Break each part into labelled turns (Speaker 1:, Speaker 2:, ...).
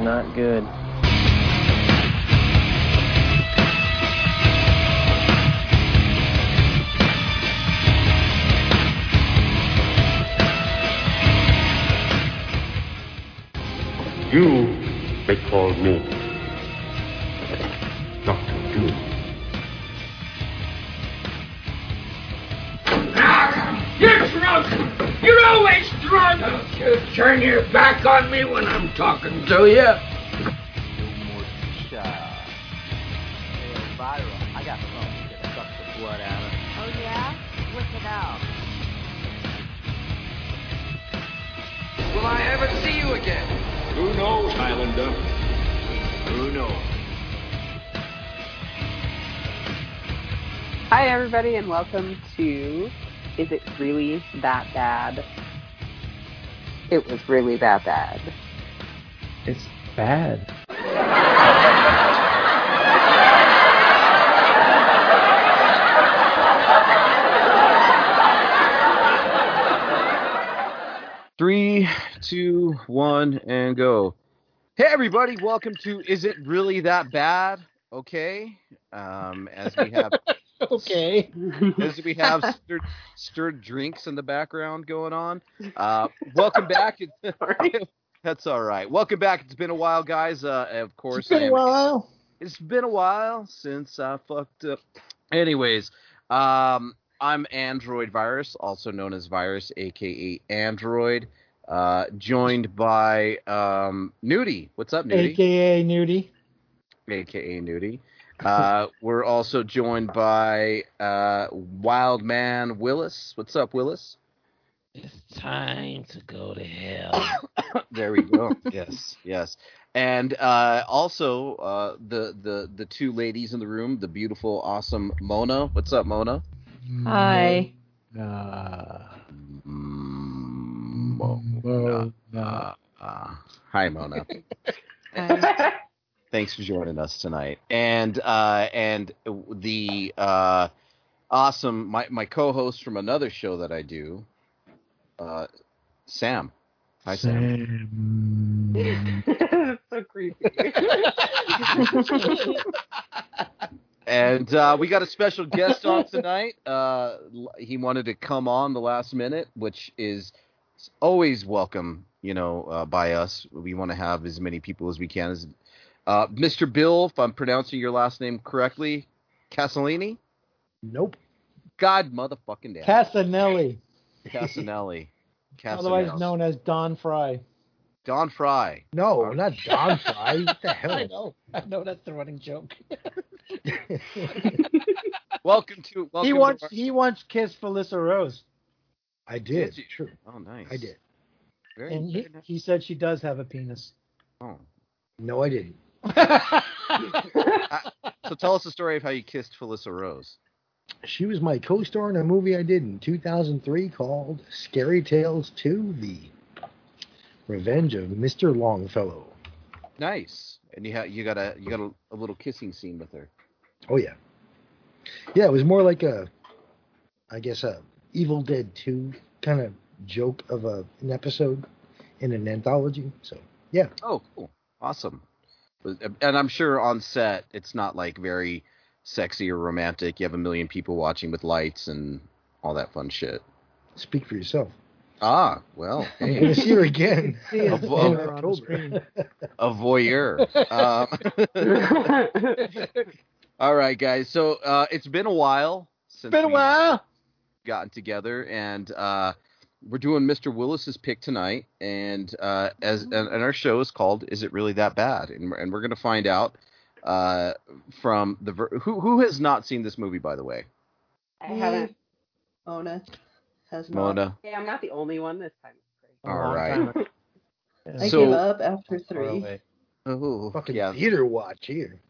Speaker 1: not good.
Speaker 2: You may call me Dr. Doom.
Speaker 3: You're drunk! You're always drunk! Don't you turn your back on me when I'm talking to you.
Speaker 4: Gilmore Shah. Hey, Elvira, I got something that sucks the blood out of.
Speaker 5: Oh, yeah? Whip it out.
Speaker 6: Will I ever see you again?
Speaker 2: Who knows, Highlander? Who knows?
Speaker 7: Hi, everybody, and welcome to Is It Really That Bad? It was really that bad.
Speaker 1: It's bad. Three, two, one, and go. Hey, everybody, welcome to Is It Really That Bad? Okay. Um, as we have
Speaker 8: Okay.
Speaker 1: as we have stirred, stirred drinks in the background going on. Uh, welcome back. It- That's all right. Welcome back. It's been a while, guys. Uh, of course,
Speaker 8: It's been
Speaker 1: I
Speaker 8: a
Speaker 1: am-
Speaker 8: while.
Speaker 1: it's been a while since I fucked up. Anyways, um, I'm Android Virus, also known as Virus, aka Android, uh, joined by um, Nudie. What's up, Nudie?
Speaker 8: AKA Nudie.
Speaker 1: aka Nudie. Uh, we're also joined by uh, Wild Man Willis. What's up, Willis?
Speaker 9: It's time to go to hell.
Speaker 1: There we go. yes, yes. And uh, also uh, the the the two ladies in the room, the beautiful, awesome Mona. What's up, Mona?
Speaker 5: Hi.
Speaker 8: Nah.
Speaker 1: Mm, Mo-
Speaker 8: Whoa, nah.
Speaker 1: uh, uh, hi, Mona. Thanks for joining us tonight. And uh, and the uh, awesome my my co-host from another show that I do, uh, Sam. Hi, Sam.
Speaker 8: Sam.
Speaker 7: That's so creepy.
Speaker 1: And uh, we got a special guest on tonight. Uh, l- he wanted to come on the last minute, which is always welcome, you know, uh, by us. We want to have as many people as we can. As, uh, Mr. Bill, if I'm pronouncing your last name correctly, Castellini?
Speaker 8: Nope.
Speaker 1: God motherfucking damn.
Speaker 8: Casanelli,
Speaker 1: Casanelli.
Speaker 8: otherwise known as Don Fry.
Speaker 1: Don Fry.
Speaker 4: No, not Don Fry. What the
Speaker 8: I
Speaker 4: hell?
Speaker 8: know. I know that's the running joke.
Speaker 1: Welcome to. Welcome
Speaker 8: he
Speaker 1: to
Speaker 8: once
Speaker 1: our-
Speaker 8: he once kissed Felissa Rose,
Speaker 4: I
Speaker 1: Did
Speaker 4: did.
Speaker 1: you?
Speaker 4: Sure,
Speaker 1: Oh, nice.
Speaker 4: I did.
Speaker 1: Very,
Speaker 8: and he,
Speaker 1: very nice.
Speaker 8: he said she does have a penis.
Speaker 1: Oh.
Speaker 4: No, I didn't.
Speaker 1: So tell us the story of how you kissed Felissa Rose.
Speaker 4: She was my co-star in a movie I did in 2003 called Scary Tales 2: The Revenge of Mr. Longfellow.
Speaker 1: Nice. And you ha- you got a you got a, a little kissing scene with her.
Speaker 4: Oh yeah, yeah. It was more like a, I guess a Evil Dead 2 kind of joke of a an episode in an anthology. So
Speaker 1: Oh, cool. Awesome. uh, And I'm sure on set it's not like very sexy or romantic. You have a million people watching with lights and all that fun shit.
Speaker 4: speak for yourself.
Speaker 1: Ah, well,
Speaker 4: I'm
Speaker 1: hey,
Speaker 4: gonna see her again.
Speaker 8: See his
Speaker 1: Of-
Speaker 8: finger
Speaker 1: of-
Speaker 8: on the screen.
Speaker 1: a voyeur. um, all right, guys. So uh, it's been a while since
Speaker 8: Been a
Speaker 1: we-
Speaker 8: while.
Speaker 1: gotten together and uh, we're doing Mr. Willis's pick tonight and uh, as
Speaker 7: Mm-hmm.
Speaker 1: and, and our show is called Is It Really That Bad and we're, and we're going to find out uh, from the ver- who who has not seen this movie by the way
Speaker 7: I haven't. Mona has not.
Speaker 1: Mona
Speaker 7: Hey, I'm not the only one this time.
Speaker 8: A
Speaker 1: All
Speaker 8: long
Speaker 1: right.
Speaker 8: time ago.
Speaker 7: I
Speaker 1: So-
Speaker 7: gave up after
Speaker 8: Far
Speaker 7: three.
Speaker 8: away.
Speaker 1: oh
Speaker 4: Fucking
Speaker 1: yeah
Speaker 4: theater watch here.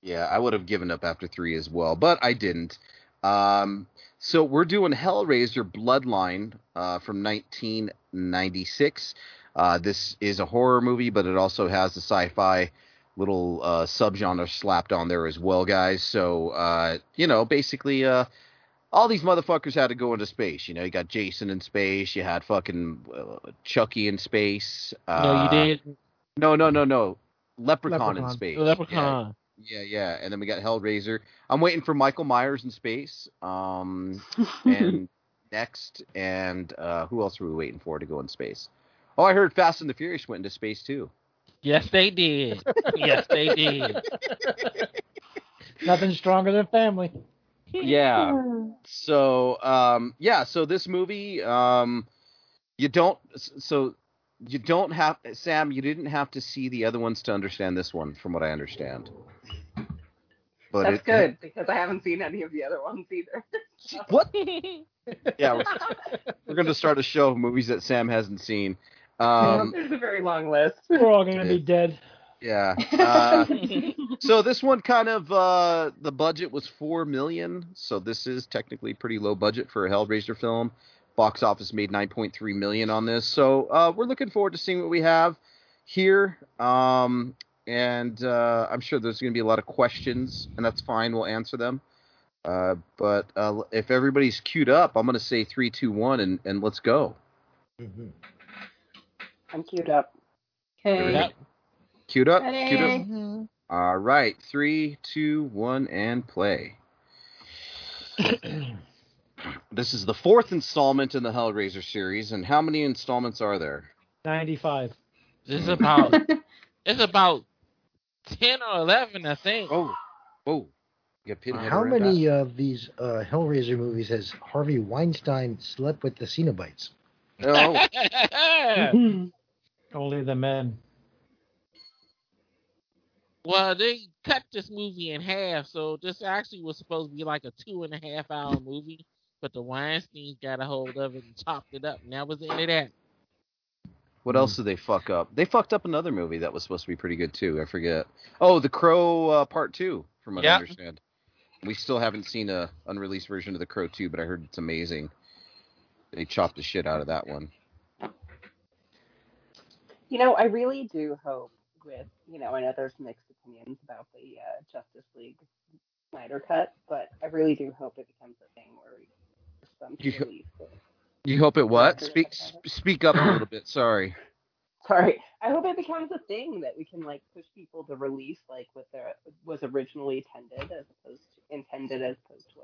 Speaker 1: yeah I would have given up after 3 as well but I didn't um so we're doing Hellraiser Bloodline uh, from 1996 uh, this is a horror movie but it also has the sci-fi little uh, subgenre slapped on there as well, guys. So uh, you know, basically, uh, all these motherfuckers had to go into space. You know, you got Jason in space, you had fucking uh, Chucky in space. Uh,
Speaker 9: no, you didn't.
Speaker 1: No, no, no, no. Leprechaun, in
Speaker 8: Leprechaun.
Speaker 1: space.
Speaker 9: The leprechaun.
Speaker 1: Yeah, yeah, yeah. And then we got Hellraiser. I'm waiting for Michael Myers in space. Um, and next, and uh, who else were we waiting for to go in space? Oh, I heard Fast and the Furious went into space too.
Speaker 9: Yes, they did. yes, they did.
Speaker 8: Nothing stronger than family.
Speaker 1: Yeah. So, um, yeah. So this movie, um, you don't. So you don't have Sam. You didn't have to see the other ones to understand this one, from what I understand. But
Speaker 7: That's
Speaker 1: it-
Speaker 7: good because I haven't seen any of the other ones either.
Speaker 1: What? yeah, we're, we're going to start a show of movies that Sam hasn't seen. Um,
Speaker 7: There's a very long list.
Speaker 8: We're all gonna be dead.
Speaker 1: yeah. Uh, so this one kind of uh, the budget was four million, so this is technically pretty low budget for a Hellraiser film. Box office made nine point three million on this, so uh, we're looking forward to seeing what we have here. Um, and uh, I'm sure there's going to be a lot of questions, and that's fine. We'll answer them. Uh, but uh, if everybody's queued up, I'm going to say three, two, one, and and let's go.
Speaker 4: hmm
Speaker 7: I'm queued up.
Speaker 9: Yep.
Speaker 1: Queued up. Queued up. All right, three, two, one, and play. this is the fourth installment in the Hellraiser series, and how many installments are there?
Speaker 8: Ninety-five.
Speaker 9: It's about it's about ten or eleven, I think.
Speaker 1: Oh, whoa! You got Pinhead
Speaker 4: Uh, How
Speaker 1: around
Speaker 4: many
Speaker 1: that.
Speaker 4: of these uh, Hellraiser movies has Harvey Weinstein slept with the Cenobites?
Speaker 1: Oh,
Speaker 8: Only the men.
Speaker 9: well, they cut this movie in half, so this actually was supposed to be like a two and a half hour movie, but the Weinsteins got a hold of it and chopped it up, and that was the end of that.
Speaker 1: what else did they fuck up? They fucked up another movie that was supposed to be pretty good too. I forget. Oh, The Crow uh, Part Two, from what I
Speaker 9: Yeah.
Speaker 1: understand. We still haven't seen a unreleased version of The Crow Two, but I heard it's amazing. They chopped the shit out of that one.
Speaker 7: You know, I really do hope with, you know, I know there's mixed opinions about the uh, Justice League Snyder cut, but I really do hope it becomes a thing where we there's some
Speaker 1: You-
Speaker 7: relief.
Speaker 1: You hope it what?
Speaker 7: Director
Speaker 1: Speak
Speaker 7: of
Speaker 1: sp- speak up a little bit. Sorry.
Speaker 7: Sorry, I hope it becomes a thing that we can like push people to release like what their was originally intended as opposed to intended as opposed to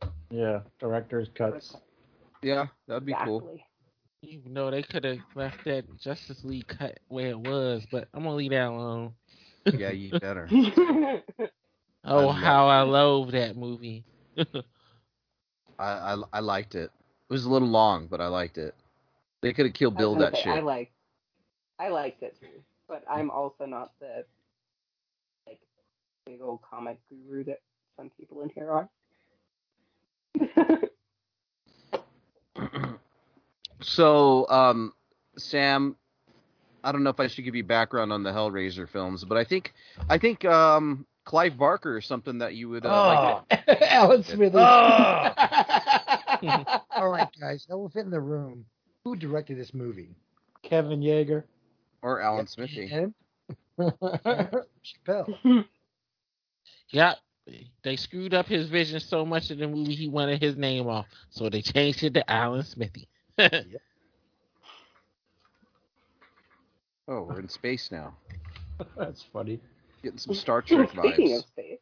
Speaker 7: what.
Speaker 8: Yeah, director's cuts.
Speaker 1: Yeah, that'd be cool.
Speaker 7: Exactly.
Speaker 9: Even though they could have left that Justice League cut where it was, but I'm gonna leave that alone.
Speaker 1: Yeah, you better. I
Speaker 9: Oh,
Speaker 1: love
Speaker 9: how I loathe that movie.
Speaker 1: I, I I liked it. It was a little long, but I liked it. They could have killed
Speaker 7: I was
Speaker 1: Bill
Speaker 7: gonna
Speaker 1: that
Speaker 7: say, I
Speaker 1: shit.
Speaker 7: liked, I liked it too, but I'm also not the like big old comic guru that some people in here are.
Speaker 1: So, um, Sam, I don't know if I should give you background on the Hellraiser films, but I think I think um, Clive Barker is something that you would uh, like.
Speaker 4: Oh, Alan Smith.
Speaker 9: Oh.
Speaker 4: All right, guys, elephant in the room. Who directed this movie?
Speaker 8: Kevin Yeager.
Speaker 1: or Alan Smithy.
Speaker 4: Him? Chappelle.
Speaker 9: Yep. They screwed up his vision so much in the movie he wanted his name off. So they changed it to Alan Smithy.
Speaker 1: Oh, we're in space now,
Speaker 8: That's funny.
Speaker 1: getting some Star Trek
Speaker 7: Speaking
Speaker 1: vibes.
Speaker 7: of space,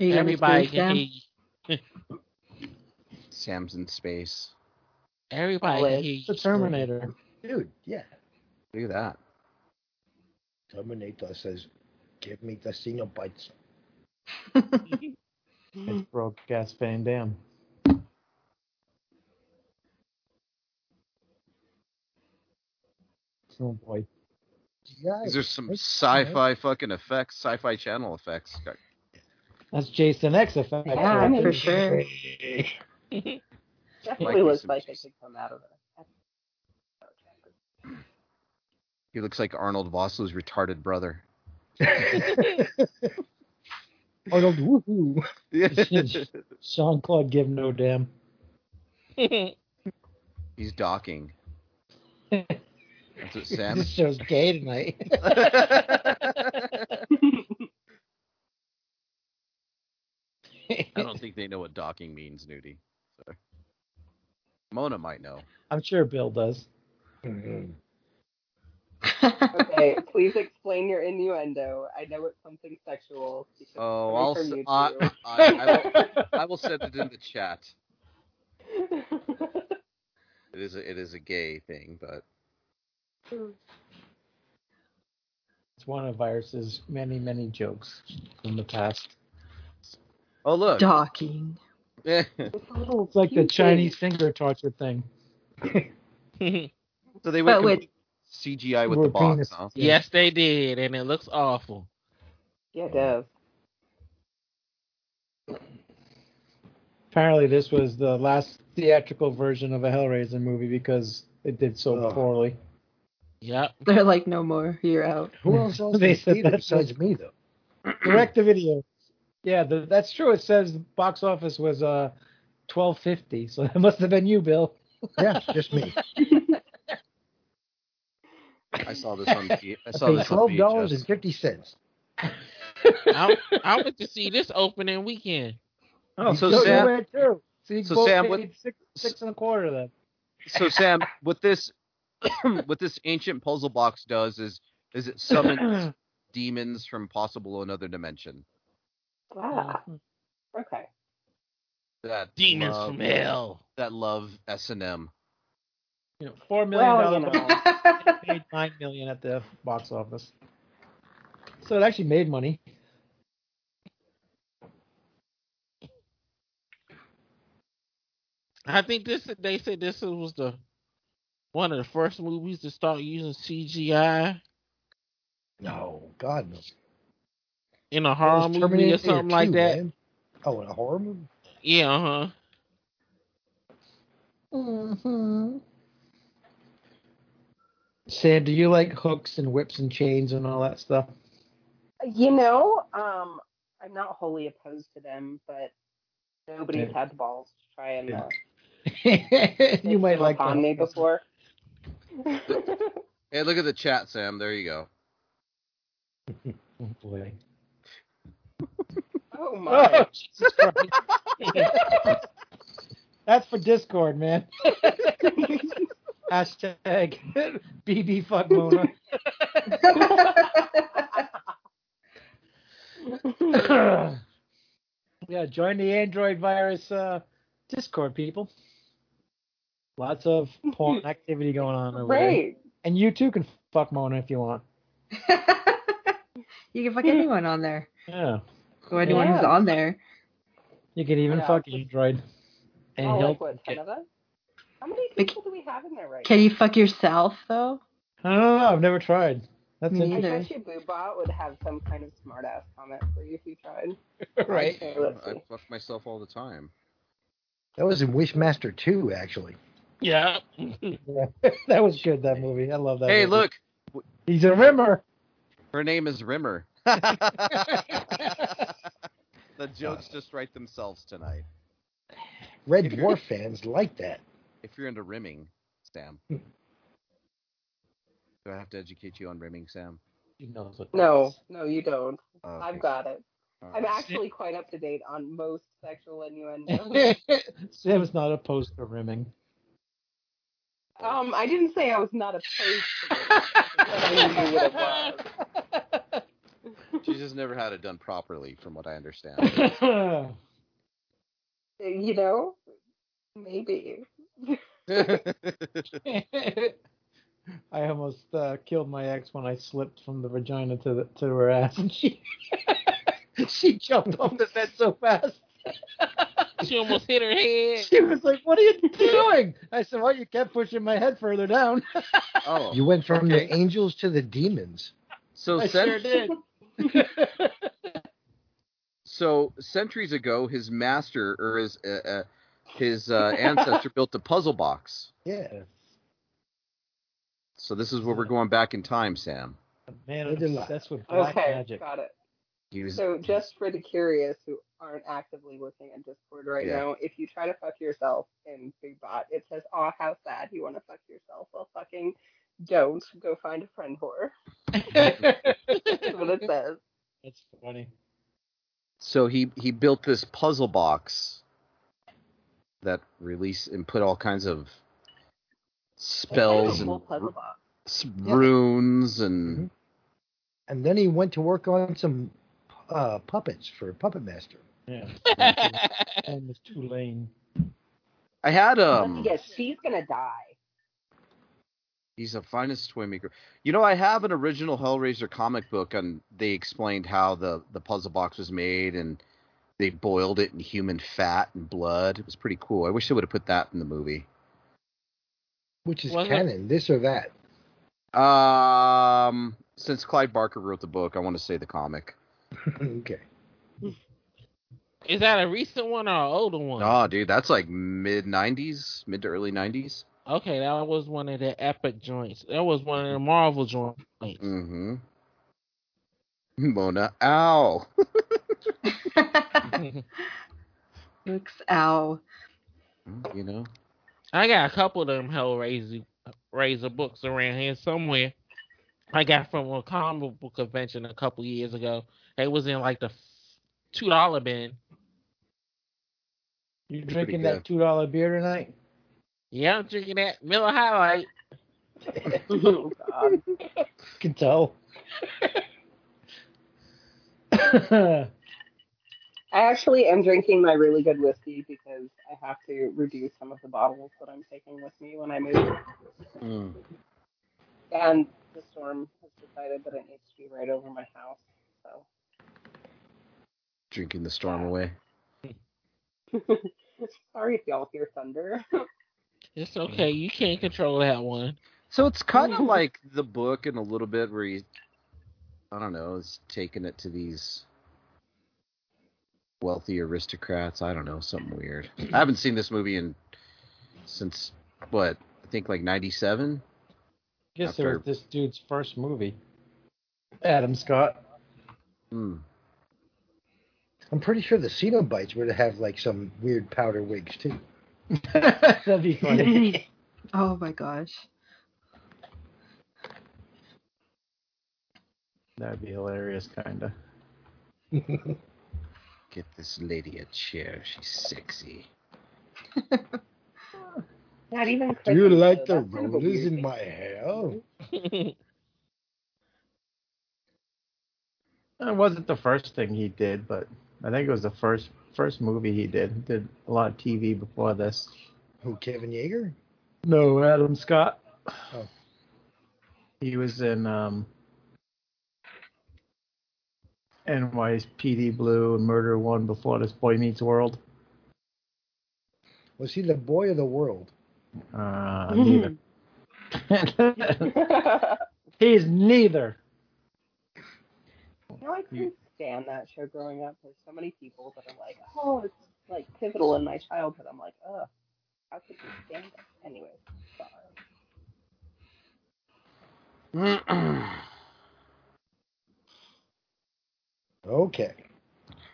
Speaker 9: Everybody can hear you.
Speaker 1: Sam's in space.
Speaker 9: Everybody
Speaker 4: Oh,
Speaker 7: Well,
Speaker 9: can hear
Speaker 8: The
Speaker 9: you.
Speaker 8: Terminator.
Speaker 4: Dude, yeah.
Speaker 1: Look at that.
Speaker 4: Terminator says, give me the Cenobites.
Speaker 8: It's broke gas Van Dam. Oh boy.
Speaker 4: Guys,
Speaker 1: These are some
Speaker 4: that's-
Speaker 1: sci-fi fucking effects, sci-fi channel effects. Got
Speaker 8: That's Jason X effect.
Speaker 7: Yeah, I mean-
Speaker 5: for sure.
Speaker 7: definitely
Speaker 1: Like
Speaker 7: looks
Speaker 1: some
Speaker 7: like it
Speaker 1: juice.
Speaker 7: could come out of it.
Speaker 1: He looks like Arnold Vosloo's retarded brother.
Speaker 4: Arnold, woohoo.
Speaker 8: Sean Claude give no damn.
Speaker 1: He's docking. That's what Sam.
Speaker 8: This show's gay tonight.
Speaker 1: I don't think they know what docking means, Nudie. So. Mona might know.
Speaker 8: I'm sure Bill does.
Speaker 7: Okay, please explain your innuendo. I know it's something sexual. because it's
Speaker 1: Oh,
Speaker 7: coming
Speaker 1: I'll
Speaker 7: from you
Speaker 1: s-
Speaker 7: two.
Speaker 1: I, I, I, will, I will send it in the chat. It is a, it is a gay thing, but
Speaker 8: It's one of Iris's many, many jokes from the past.
Speaker 1: oh look,
Speaker 10: Docking.
Speaker 1: so
Speaker 8: It's, a little, it's like the
Speaker 7: Cute
Speaker 8: Chinese finger torture thing.
Speaker 1: they went
Speaker 10: But with
Speaker 1: complete CGI with
Speaker 8: We're
Speaker 1: the box,
Speaker 8: penis.
Speaker 1: huh?
Speaker 9: yes, they did, and it looks awful.
Speaker 7: yeah, it does.
Speaker 8: Apparently, this was the last theatrical version of a Hellraiser movie because it did so
Speaker 4: Ugh.
Speaker 8: poorly.
Speaker 9: Yep.
Speaker 10: they're like, no more. You're out.
Speaker 4: Who else else
Speaker 8: They
Speaker 4: can
Speaker 8: said
Speaker 4: see that
Speaker 8: that's
Speaker 4: besides me though?
Speaker 8: Direct to video. Yeah, the, that's true. It says box office was uh, twelve fifty, so that must have been you, Bill.
Speaker 4: Yeah, just me.
Speaker 1: I saw this on V- I
Speaker 4: I
Speaker 1: saw
Speaker 4: paid
Speaker 1: this
Speaker 4: twelve
Speaker 1: on
Speaker 4: dollars
Speaker 1: VHS.
Speaker 4: and fifty cents.
Speaker 9: I, I went to see this opening weekend.
Speaker 1: Oh, so
Speaker 8: you
Speaker 1: Sam,
Speaker 8: went too. So you
Speaker 1: so
Speaker 8: both
Speaker 1: Sam,
Speaker 8: paid
Speaker 1: what-
Speaker 8: six, six and a quarter then.
Speaker 1: so Sam, what this what this ancient puzzle box does is is it summons demons from possible another dimension.
Speaker 7: Wow.
Speaker 8: Mm-hmm.
Speaker 7: Okay.
Speaker 1: That
Speaker 9: Demons
Speaker 1: love-
Speaker 9: from hell.
Speaker 1: that love S and M.
Speaker 8: You know, Four million
Speaker 7: Well, you
Speaker 8: dollars.
Speaker 7: know.
Speaker 8: made nine million at the box office. So it actually made money.
Speaker 9: I think this they said this was the one of the first movies to start using CGI
Speaker 4: No, God no.
Speaker 9: in a
Speaker 4: That was
Speaker 9: horror movie or something like
Speaker 4: 2,
Speaker 9: that.
Speaker 4: man. Oh, in a horror movie?
Speaker 9: Yeah, uh huh.
Speaker 8: Mm-hmm. Sam, do you like hooks and whips and chains and all that stuff?
Speaker 7: You know, um, I'm not wholly opposed to them, but nobody's
Speaker 8: Yeah.
Speaker 7: had the balls to try and uh,
Speaker 8: you
Speaker 7: make
Speaker 8: might
Speaker 7: them
Speaker 8: like
Speaker 7: upon me
Speaker 8: that. Oh,
Speaker 7: before.
Speaker 1: Hey, look at the chat, Sam. There you go.
Speaker 8: Oh, boy.
Speaker 7: oh my!
Speaker 8: Oh, Jesus Christ. That's for Discord, man. Hashtag BB fuck Mona. yeah, join the Android virus uh, Discord, people. Lots of porn activity going on over there.
Speaker 7: Great.
Speaker 8: And you too can fuck Mona if you want.
Speaker 10: you can fuck anyone on there.
Speaker 8: Yeah.
Speaker 10: Or anyone who's
Speaker 7: Yeah.
Speaker 10: on there.
Speaker 8: You can even
Speaker 7: Yeah.
Speaker 8: fuck Android. And
Speaker 7: Oh,
Speaker 8: he'll
Speaker 7: like what?
Speaker 8: fuck
Speaker 7: Ten
Speaker 8: it.
Speaker 7: of us? How many
Speaker 10: Like-
Speaker 7: people do we have in there right
Speaker 10: Can you fuck yourself though?
Speaker 8: I don't know. I've never tried. That's
Speaker 10: Me
Speaker 7: now? I
Speaker 8: interesting.
Speaker 10: neither.
Speaker 7: bet you Boobot would have some kind of smart ass comment for you if you tried.
Speaker 1: Right.
Speaker 7: Okay, let's
Speaker 1: I
Speaker 7: see.
Speaker 1: fuck myself all the time.
Speaker 4: That was in Wishmaster 2, actually.
Speaker 9: Yeah.
Speaker 8: Yeah. that was good. That movie. I love that.
Speaker 1: Hey,
Speaker 8: movie.
Speaker 1: look,
Speaker 8: He's a rimmer.
Speaker 1: her name is Rimmer. the jokes just write themselves tonight.
Speaker 4: Red
Speaker 1: If you're-
Speaker 4: Dwarf fans like that.
Speaker 1: If you're into rimming, Sam. Do I have to educate you on rimming, Sam?
Speaker 8: He knows what that
Speaker 7: No,
Speaker 8: is.
Speaker 7: no, you don't.
Speaker 1: Oh, okay.
Speaker 7: I've got it.
Speaker 1: All
Speaker 7: I'm
Speaker 1: right.
Speaker 7: actually quite up to date on most sexual innuendo.
Speaker 8: Sam's not opposed to rimming.
Speaker 7: Um, I didn't say I was not opposed to it. I knew what it was.
Speaker 1: She's just never had it done properly, from what I understand.
Speaker 8: That's
Speaker 7: You know, maybe.
Speaker 8: I almost uh, killed my ex when I slipped from the vagina to the, to her ass, and she she jumped off the bed so fast.
Speaker 9: She almost hit her head.
Speaker 8: She was like, "What are you doing?" I said, "Well, you kept pushing my head further down."
Speaker 1: oh,
Speaker 4: You went from
Speaker 1: Okay.
Speaker 4: the angels to the demons.
Speaker 1: so
Speaker 8: I
Speaker 1: Sam,
Speaker 8: sure did.
Speaker 1: so centuries ago, his master or his uh, uh, his uh, ancestor built a puzzle box.
Speaker 4: Yeah.
Speaker 1: So this is where we're going back in time, Sam.
Speaker 8: Man,
Speaker 4: They did
Speaker 8: I'm
Speaker 4: lie.
Speaker 8: obsessed with black
Speaker 7: Okay,
Speaker 8: magic.
Speaker 7: got it.
Speaker 1: He was
Speaker 7: So, just for the curious who aren't actively looking at Discord right
Speaker 1: Yeah.
Speaker 7: now, if you try to fuck yourself in Big Bot, it says, "Oh, how sad you want to fuck yourself." Well, fucking don't. Go find a friend whore. That's what it says.
Speaker 8: That's funny.
Speaker 1: so he he built this puzzle box that release and put all kinds of spells
Speaker 7: It's a
Speaker 1: and
Speaker 7: whole puzzle box.
Speaker 1: s- runes and
Speaker 4: And then he went to work on some uh, puppets for Puppet Master.
Speaker 8: Yeah. and it's Tulane.
Speaker 1: I had
Speaker 7: Let's
Speaker 1: um.
Speaker 7: guess, she's gonna die.
Speaker 1: He's the finest toy maker. You know, I have an original Hellraiser comic book, and they explained how the the puzzle box was made, and they boiled it in human fat and blood. It was pretty cool. I wish they would have put that in the movie.
Speaker 4: Which is
Speaker 9: Wasn't-
Speaker 4: canon, this or that.
Speaker 1: Um, since Clyde Barker wrote the book, I want to say the comic.
Speaker 4: okay.
Speaker 9: Is that a recent one or an older one?
Speaker 1: Oh, dude, that's like mid '90s, mid to early '90s.
Speaker 9: Okay, that was one of the epic joints. That was one of the Marvel joints.
Speaker 1: Mm-hmm. Mona, ow.
Speaker 10: Looks ow.
Speaker 1: Mm-hmm, You know,
Speaker 9: I got a couple of them Hellraiser Razor books around here somewhere. I got from a comic book convention a couple years ago. It was in like the two dollar bin.
Speaker 8: You
Speaker 1: Pretty
Speaker 8: drinking
Speaker 1: good.
Speaker 8: that two dollar beer tonight?
Speaker 9: Yeah, I'm drinking that Miller High Life.
Speaker 7: Oh, God.
Speaker 8: Can tell. yeah,
Speaker 7: I actually am drinking my really good whiskey because I have to reduce some of the bottles that I'm taking with me when I move.
Speaker 1: Mm.
Speaker 7: And the storm has decided that it needs to be right over my house. So
Speaker 1: drinking the storm away.
Speaker 7: sorry if y'all hear thunder.
Speaker 9: It's okay. You can't control that one.
Speaker 1: So it's kind of like the book in a little bit where he, I don't know, is taking it to these wealthy aristocrats. I don't know, something weird. I haven't seen this movie in since what I think like '97.
Speaker 8: guess it was
Speaker 1: After-
Speaker 8: this dude's first movie. Adam Scott.
Speaker 1: Hmm.
Speaker 4: I'm pretty sure the Cenobites would have like some weird powder wigs too.
Speaker 8: That'd be funny.
Speaker 10: Oh my gosh.
Speaker 8: That'd be hilarious, kinda.
Speaker 1: Get this lady a chair. She's sexy.
Speaker 7: Not even Christmas.
Speaker 4: Do you like
Speaker 7: though.
Speaker 4: the
Speaker 7: That's kind of a
Speaker 4: rollers
Speaker 7: weird
Speaker 4: in
Speaker 7: thing.
Speaker 4: my hair?
Speaker 8: It wasn't the first thing he did, but I think it was the first first movie he did. He did a lot of TV before this.
Speaker 4: Who, Kevin Yeager?
Speaker 8: No, Adam Scott.
Speaker 4: Oh.
Speaker 8: He was in um, NYPD Blue and Murder One before this Boy Meets World.
Speaker 4: Was he the boy of the world?
Speaker 8: Uh,
Speaker 1: Mm-hmm.
Speaker 8: neither. He's neither.
Speaker 7: No, I couldn't stand that show growing up. There's so many people that are like, oh, it's like pivotal in my childhood. I'm like, ugh, how could you stand it? Anyway, sorry.
Speaker 4: Okay.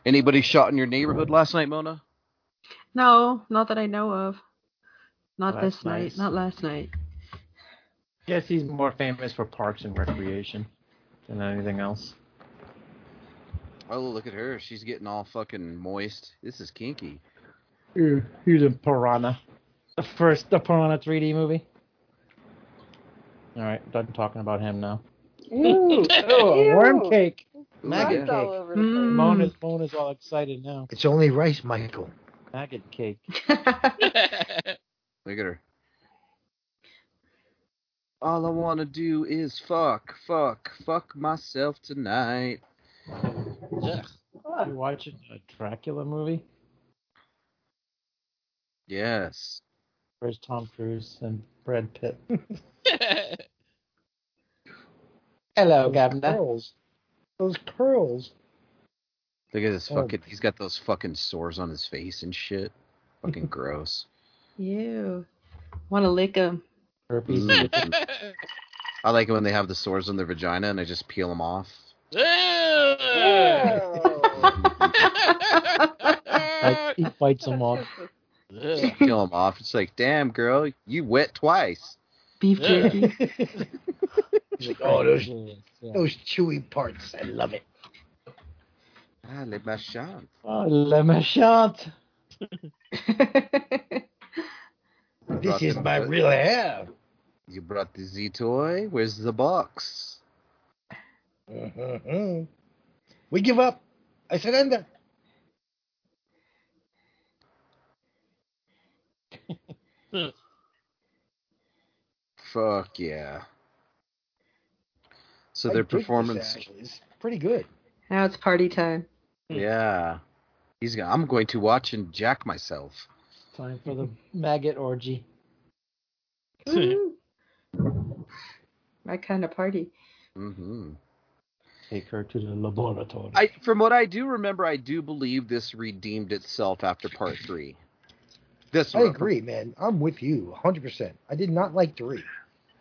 Speaker 1: Anybody shot in your neighborhood last night, Mona?
Speaker 10: No, not that I know of. Not
Speaker 8: Well,
Speaker 10: this
Speaker 8: that's
Speaker 10: night.
Speaker 8: nice.
Speaker 10: Not last night.
Speaker 8: Guess he's more famous for Parks and Recreation than anything else.
Speaker 1: Oh, look at her. She's getting all fucking moist. This is kinky.
Speaker 8: He- He's in Piranha. The first, the Piranha 3D movie. All right, done talking about him now.
Speaker 7: Ew,
Speaker 8: Oh, a worm
Speaker 7: Ew.
Speaker 8: cake.
Speaker 1: Ooh,
Speaker 8: Maggot
Speaker 7: Runs
Speaker 1: yeah.
Speaker 7: all
Speaker 8: cake.
Speaker 7: over the
Speaker 4: Mm.
Speaker 7: place.
Speaker 8: Mona's, Mona's all excited now.
Speaker 4: It's only rice, Michael.
Speaker 8: Maggot cake.
Speaker 10: Mm.
Speaker 1: Look at her. All I want to do is fuck, fuck, fuck myself tonight.
Speaker 9: Ugh.
Speaker 8: You
Speaker 7: Ugh.
Speaker 8: watching a Dracula movie?
Speaker 1: Yes.
Speaker 8: Where's Tom Cruise and Brad Pitt? Hello,
Speaker 4: Those
Speaker 8: Governor.
Speaker 4: curls. Those curls.
Speaker 1: Look at this
Speaker 4: Oh.
Speaker 1: fucking. He's got those fucking sores on his face and shit. Fucking gross.
Speaker 10: Ew. Want to lick him.
Speaker 8: Herpes.
Speaker 1: Mm. I like it when they have the sores on their vagina and I just peel them off.
Speaker 9: Ugh.
Speaker 7: Oh.
Speaker 8: Like, he bites them off.
Speaker 9: Ugh.
Speaker 1: Peel them off. It's like, damn, girl, you wet twice.
Speaker 10: Beef
Speaker 9: Yeah.
Speaker 10: jerky.
Speaker 4: oh, those,
Speaker 9: Yeah.
Speaker 4: those chewy parts. I love it.
Speaker 1: I live my shot.
Speaker 8: Oh, le méchant.
Speaker 4: This is my real hair.
Speaker 1: You brought the Z toy? Where's the box?
Speaker 4: Mm-hmm. We give up. I surrender.
Speaker 1: Fuck yeah. So
Speaker 4: I
Speaker 1: their
Speaker 4: dig this,
Speaker 1: performance
Speaker 4: actually. It's pretty good.
Speaker 10: Now it's party time.
Speaker 1: Yeah. He's gonna, I'm going to watch and jack myself.
Speaker 8: Time for the maggot orgy.
Speaker 10: Woo. My kind of party.
Speaker 1: Mhm.
Speaker 8: Take her to the laboratory.
Speaker 1: I from what I do remember, I do believe this redeemed itself after part three. This
Speaker 4: I
Speaker 1: one
Speaker 4: agree, man. I'm with you 100%. I did not like three.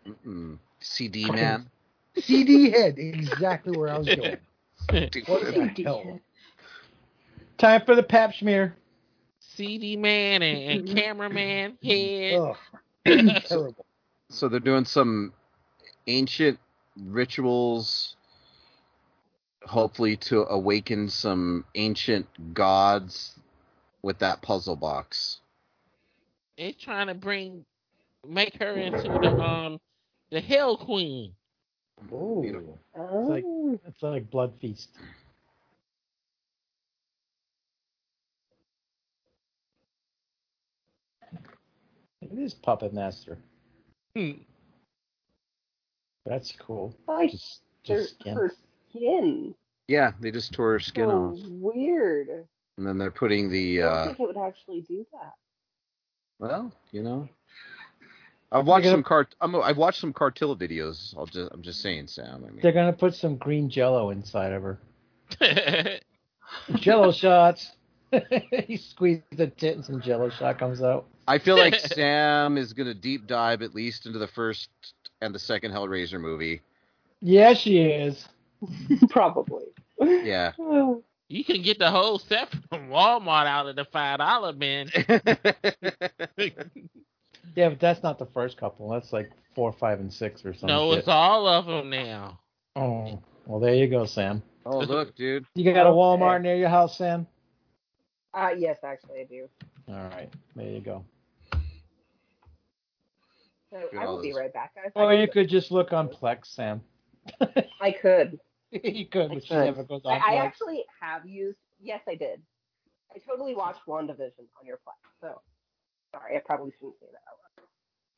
Speaker 1: Mm-mm. CD man.
Speaker 4: CD head, exactly where I was going. What
Speaker 1: Dude,
Speaker 4: the hell?
Speaker 8: Time for the pap smear.
Speaker 9: CD man and, and cameraman head.
Speaker 4: Ugh, terrible.
Speaker 1: so they're doing some ancient rituals, hopefully to awaken some ancient gods with that puzzle box.
Speaker 9: They trying to bring, make her into the um, the Hell Queen.
Speaker 4: Oh,
Speaker 7: Oh.
Speaker 8: like- It's like blood feast. It is Puppet Master.
Speaker 9: Hmm.
Speaker 8: That's cool.
Speaker 7: Oh, Like,
Speaker 8: Just,
Speaker 7: their-
Speaker 8: just skin.
Speaker 7: her skin.
Speaker 1: Yeah, they just tore her skin
Speaker 7: so
Speaker 4: Oh.
Speaker 1: off,
Speaker 7: weird.
Speaker 1: and then they're putting the.
Speaker 7: I don't
Speaker 1: Uh,
Speaker 7: think it would actually do that.
Speaker 1: well, you know, I've watched
Speaker 8: They're
Speaker 1: some cart. I'm, I've watched some cartilla videos. I'll just, I'm just saying, Sam. I mean,
Speaker 8: They're gonna put some green Jello inside of her.
Speaker 9: That's
Speaker 8: Jello shots. you squeeze the tit and some Jello shot comes out.
Speaker 1: I feel like Sam is going to deep dive at least into the first and the second Hellraiser movie.
Speaker 8: Yeah, she is.
Speaker 7: Probably.
Speaker 1: Yeah.
Speaker 7: Oh,
Speaker 9: You can get the whole set from Walmart out of the five dollar bin.
Speaker 8: Yeah, but that's not the first couple. That's like four, five, and six or something.
Speaker 9: no, it's all of them now.
Speaker 8: Oh, well, there you go, Sam.
Speaker 1: oh, look, dude.
Speaker 8: You got a
Speaker 7: Okay.
Speaker 8: Walmart near your house, Sam?
Speaker 7: Uh, yes, actually, I do.
Speaker 8: All right, there you go.
Speaker 7: So
Speaker 1: at
Speaker 7: I
Speaker 1: all
Speaker 7: will be
Speaker 1: those.
Speaker 7: right back, guys.
Speaker 8: Or
Speaker 7: I,
Speaker 8: Oh, you could just look on Plex, Sam.
Speaker 7: I could.
Speaker 8: you could, but she
Speaker 7: could.
Speaker 8: never goes
Speaker 7: I, I
Speaker 8: on Plex.
Speaker 7: actually have used. Yes, I did. I totally watched WandaVision on your flight. So sorry, I probably shouldn't say that.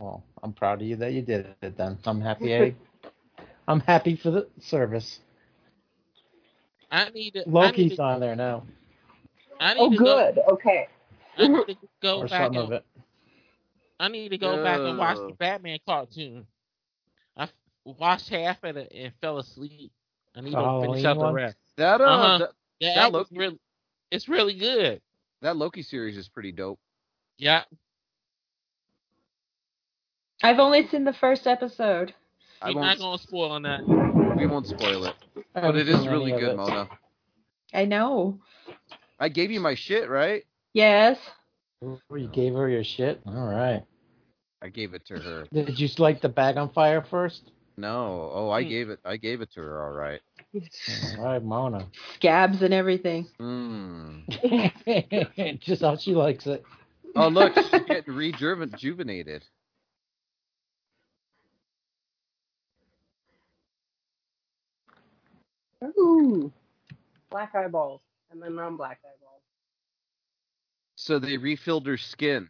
Speaker 8: Well, I'm proud of you that you did it. Then I'm happy. I, I'm happy for the service.
Speaker 9: I need to. I need
Speaker 8: Loki's
Speaker 9: to,
Speaker 8: on there now,
Speaker 9: I need
Speaker 7: Oh,
Speaker 9: to go.
Speaker 7: good. Okay.
Speaker 9: I need to go
Speaker 8: or
Speaker 9: back
Speaker 8: some of
Speaker 9: and
Speaker 8: it.
Speaker 9: I need to go back and watch the
Speaker 1: Oh.
Speaker 9: Batman cartoon. I f- watched half of it and fell asleep. I need
Speaker 8: The
Speaker 9: to finish
Speaker 8: Halloween
Speaker 9: out the
Speaker 8: one?
Speaker 9: rest.
Speaker 1: That uh,
Speaker 9: Uh-huh.
Speaker 1: that,
Speaker 9: Yeah,
Speaker 1: That
Speaker 9: it was
Speaker 1: looked-
Speaker 9: really, it's really good.
Speaker 1: that Loki series is pretty dope.
Speaker 9: Yeah,
Speaker 10: I've only seen the first episode.
Speaker 1: I
Speaker 9: we're not gonna
Speaker 1: won't.
Speaker 9: spoil on that.
Speaker 1: We won't spoil it,
Speaker 8: I
Speaker 1: but
Speaker 8: haven't
Speaker 1: it is
Speaker 8: seen
Speaker 1: really
Speaker 8: any of
Speaker 1: good,
Speaker 8: it.
Speaker 1: Mona.
Speaker 10: I know.
Speaker 1: I gave you my shit, right?
Speaker 10: Yes.
Speaker 8: Ooh, You gave her your shit. All right.
Speaker 1: I gave it to her.
Speaker 8: Did you light the bag on fire first?
Speaker 1: No, oh, I
Speaker 9: Hmm.
Speaker 1: gave it. I gave it to her. All right.
Speaker 8: All right, Mona.
Speaker 10: Scabs and everything.
Speaker 1: Mm.
Speaker 8: Just how she likes it.
Speaker 1: Oh, look, she's getting rejuvenated.
Speaker 7: Ooh. Black eyeballs and then non-black eyeballs.
Speaker 1: So they refilled her skin.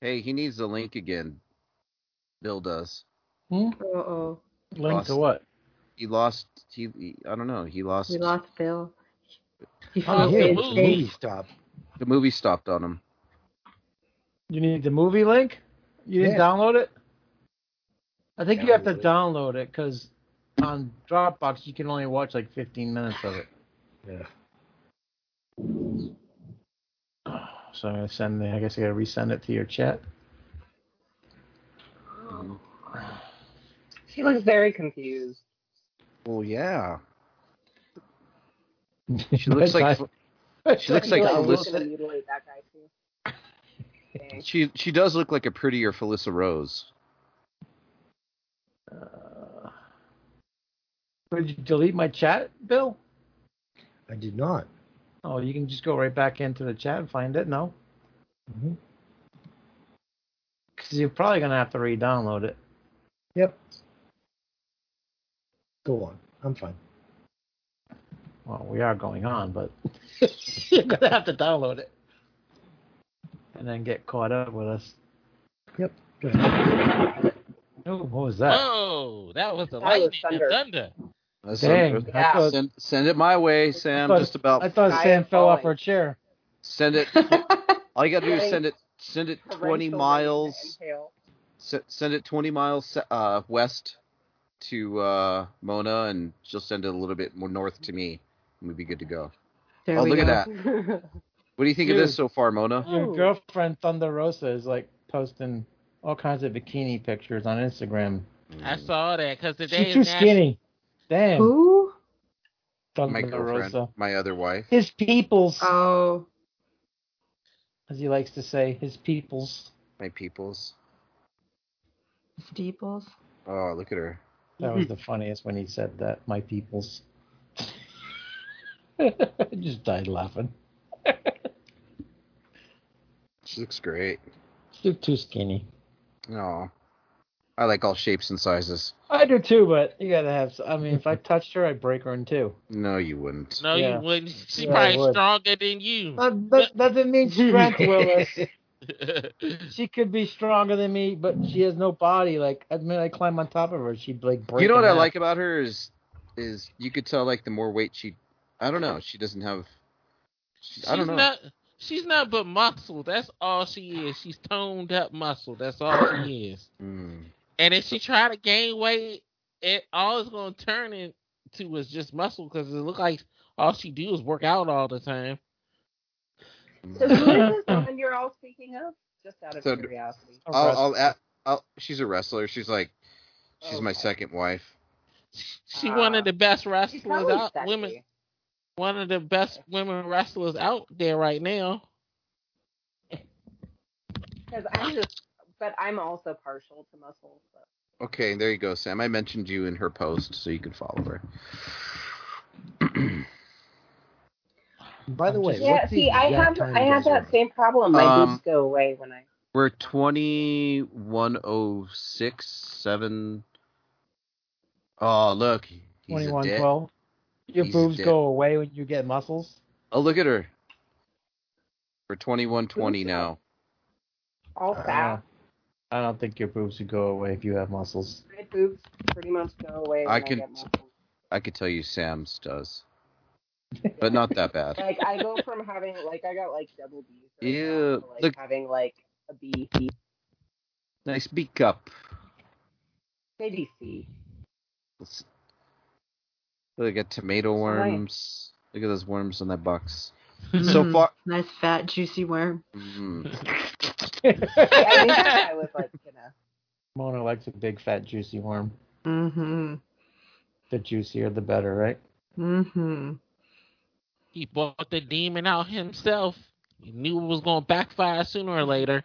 Speaker 1: Hey, he needs the link again. Bill does.
Speaker 8: Hmm?
Speaker 10: Uh oh.
Speaker 8: Link to
Speaker 1: Lost.
Speaker 8: what?
Speaker 1: He lost. He, he- I don't know. He lost.
Speaker 10: We lost Bill. He
Speaker 9: Oh,
Speaker 10: flew
Speaker 4: Yeah,
Speaker 9: the
Speaker 10: in
Speaker 4: it's
Speaker 9: movie.
Speaker 4: a
Speaker 10: space.
Speaker 4: movie stop.
Speaker 1: The movie stopped on him.
Speaker 8: You need the movie link? You didn't
Speaker 4: Yeah.
Speaker 8: download it? I think you have to
Speaker 4: Download it.
Speaker 8: download it because on Dropbox you can only watch like 15 minutes of it.
Speaker 4: Yeah.
Speaker 8: So I'm gonna send. The, I guess I gotta resend it to your chat.
Speaker 7: She looks very confused.
Speaker 8: Oh,
Speaker 1: Well, yeah.
Speaker 8: She
Speaker 1: looks like she looks
Speaker 7: She's
Speaker 1: like
Speaker 7: like,
Speaker 1: Alyssa-
Speaker 7: We're gonna mutilate that guy too. Okay.
Speaker 1: She she does look like a prettier Felissa Rose.
Speaker 8: Would you delete my chat, Bill?
Speaker 4: I did not.
Speaker 8: Oh, you can
Speaker 4: Mm-hmm.
Speaker 8: just go right back into the chat and find it. No.
Speaker 4: Mhm.
Speaker 8: 'Cause You're probably gonna have to re-download it.
Speaker 4: Yep. Go on. I'm fine.
Speaker 8: Well, we are going on, but you're gonna have to download it and then get caught up with us.
Speaker 4: Yep. Go ahead.
Speaker 8: Oh, what was that?
Speaker 9: Whoa, that was the
Speaker 7: That was
Speaker 9: lightning
Speaker 7: thunder.
Speaker 9: and thunder.
Speaker 1: Uh,
Speaker 8: Dang,
Speaker 1: send,
Speaker 8: I thought,
Speaker 1: send, send it my way, Sam.
Speaker 8: thought-
Speaker 1: Just about
Speaker 8: I thought
Speaker 7: Sky
Speaker 8: Sam
Speaker 7: is
Speaker 8: fell off
Speaker 7: falling.
Speaker 8: her chair.
Speaker 1: send it. All you gotta do is send it. Send it
Speaker 7: Torrential
Speaker 1: twenty
Speaker 7: rain
Speaker 1: miles.
Speaker 7: and hail.
Speaker 1: se- Send it twenty miles se- uh, west to uh, Mona, and she'll send it a little bit more north to me. and We'd be good to go.
Speaker 10: There
Speaker 1: oh,
Speaker 10: we
Speaker 1: look
Speaker 10: go.
Speaker 1: at that. What do you think of this
Speaker 8: Dude.
Speaker 1: so far, Mona?
Speaker 7: Oh.
Speaker 8: Your girlfriend Thunder Rosa is like posting all kinds of bikini pictures on Instagram.
Speaker 1: Mm.
Speaker 9: I saw that because today
Speaker 8: She's
Speaker 9: is
Speaker 8: too
Speaker 9: National-
Speaker 8: skinny. Damn,
Speaker 10: Who?
Speaker 1: My
Speaker 8: Thunder
Speaker 1: girlfriend,
Speaker 8: Rosa.
Speaker 1: my other wife.
Speaker 8: His peoples,
Speaker 10: Oh.
Speaker 8: as he likes to say, his peoples.
Speaker 1: my peoples.
Speaker 10: Steeples.
Speaker 1: Oh, look at her.
Speaker 8: That was the funniest when he said that. My peoples. I just died laughing.
Speaker 1: She looks great.
Speaker 8: You're too skinny.
Speaker 1: Oh, I like all shapes and sizes.
Speaker 8: I do too, but you gotta have. s- I mean, if I touched her, I'd break her in two.
Speaker 1: No, you wouldn't.
Speaker 9: No,
Speaker 8: Yeah.
Speaker 9: you wouldn't. She
Speaker 8: Yeah, I
Speaker 9: probably
Speaker 8: would.
Speaker 9: stronger than you.
Speaker 7: Uh,
Speaker 8: That, that, Uh, that doesn't mean strength, Willis. She could be stronger than me, but she has no body. Like, I mean, I climb on top of her, she'd like break.
Speaker 1: you know
Speaker 8: in
Speaker 1: what I
Speaker 8: half.
Speaker 1: like about her is is you could tell like the more weight she, I don't know, she doesn't have. She,
Speaker 9: she's
Speaker 1: I don't know.
Speaker 9: not. She's not but muscle. That's all she is. She's toned up muscle. That's all she is.
Speaker 1: Mm.
Speaker 9: And if she try to gain weight, it all it's gonna turn into is just muscle because it look like all she do is work out all the time.
Speaker 7: So who is this woman you're all speaking of? Just out of
Speaker 1: So-
Speaker 7: curiosity.
Speaker 8: A
Speaker 1: I'll,
Speaker 8: wrestler.
Speaker 1: I'll, add- I'll, she's a wrestler. She's like, she's my
Speaker 7: Okay.
Speaker 1: second wife.
Speaker 9: She one of the best
Speaker 7: She's
Speaker 9: wrestlers
Speaker 7: Ah. probably
Speaker 9: out
Speaker 7: sexy.
Speaker 9: women. One of the best women wrestlers out there right now.
Speaker 7: Because I'm just, but I'm also partial to muscles. So.
Speaker 1: Okay, there you go, Sam. I mentioned you in her post, so you can follow her.
Speaker 4: By the way,
Speaker 7: Yeah,
Speaker 4: what
Speaker 7: see,
Speaker 4: the
Speaker 7: I have
Speaker 4: exact time
Speaker 7: I
Speaker 4: you
Speaker 7: have
Speaker 4: guys are
Speaker 7: that
Speaker 4: on?
Speaker 7: same problem. My
Speaker 1: Um,
Speaker 7: boobs go away when I.
Speaker 1: We're twenty one oh six seven. Oh look, he's a
Speaker 8: Twenty-one,
Speaker 1: dick.
Speaker 8: twelve. Your
Speaker 1: He's a
Speaker 8: boobs
Speaker 1: dick.
Speaker 8: go away when you get muscles.
Speaker 1: Oh look at her. We're twenty one twenty now.
Speaker 7: All
Speaker 8: I don't
Speaker 7: fat.
Speaker 8: know. I don't think your boobs would go away if you have muscles.
Speaker 7: My boobs pretty much go away when
Speaker 1: I
Speaker 7: I,
Speaker 1: can-
Speaker 7: get muscles.
Speaker 1: I could tell you Sam's does, but not that bad.
Speaker 7: Like I go from having like I got like double B's right now
Speaker 1: Yeah,
Speaker 7: to like
Speaker 1: look-
Speaker 7: having like a B,
Speaker 1: Nice beak up.
Speaker 7: maybe C.
Speaker 1: Let's- Look, I got tomato
Speaker 7: So nice.
Speaker 1: worms. Look at those worms on that box.
Speaker 4: Mm-hmm.
Speaker 1: So
Speaker 10: Mm,
Speaker 1: far,
Speaker 10: Nice fat juicy worm.
Speaker 1: Mm.
Speaker 7: I think if I was like gonna.
Speaker 8: Mona likes a big, fat, juicy worm.
Speaker 10: Mm-hmm.
Speaker 8: The juicier, the better, right?
Speaker 10: Mm-hmm.
Speaker 9: He bought the demon out himself. He knew it was gonna backfire sooner or later.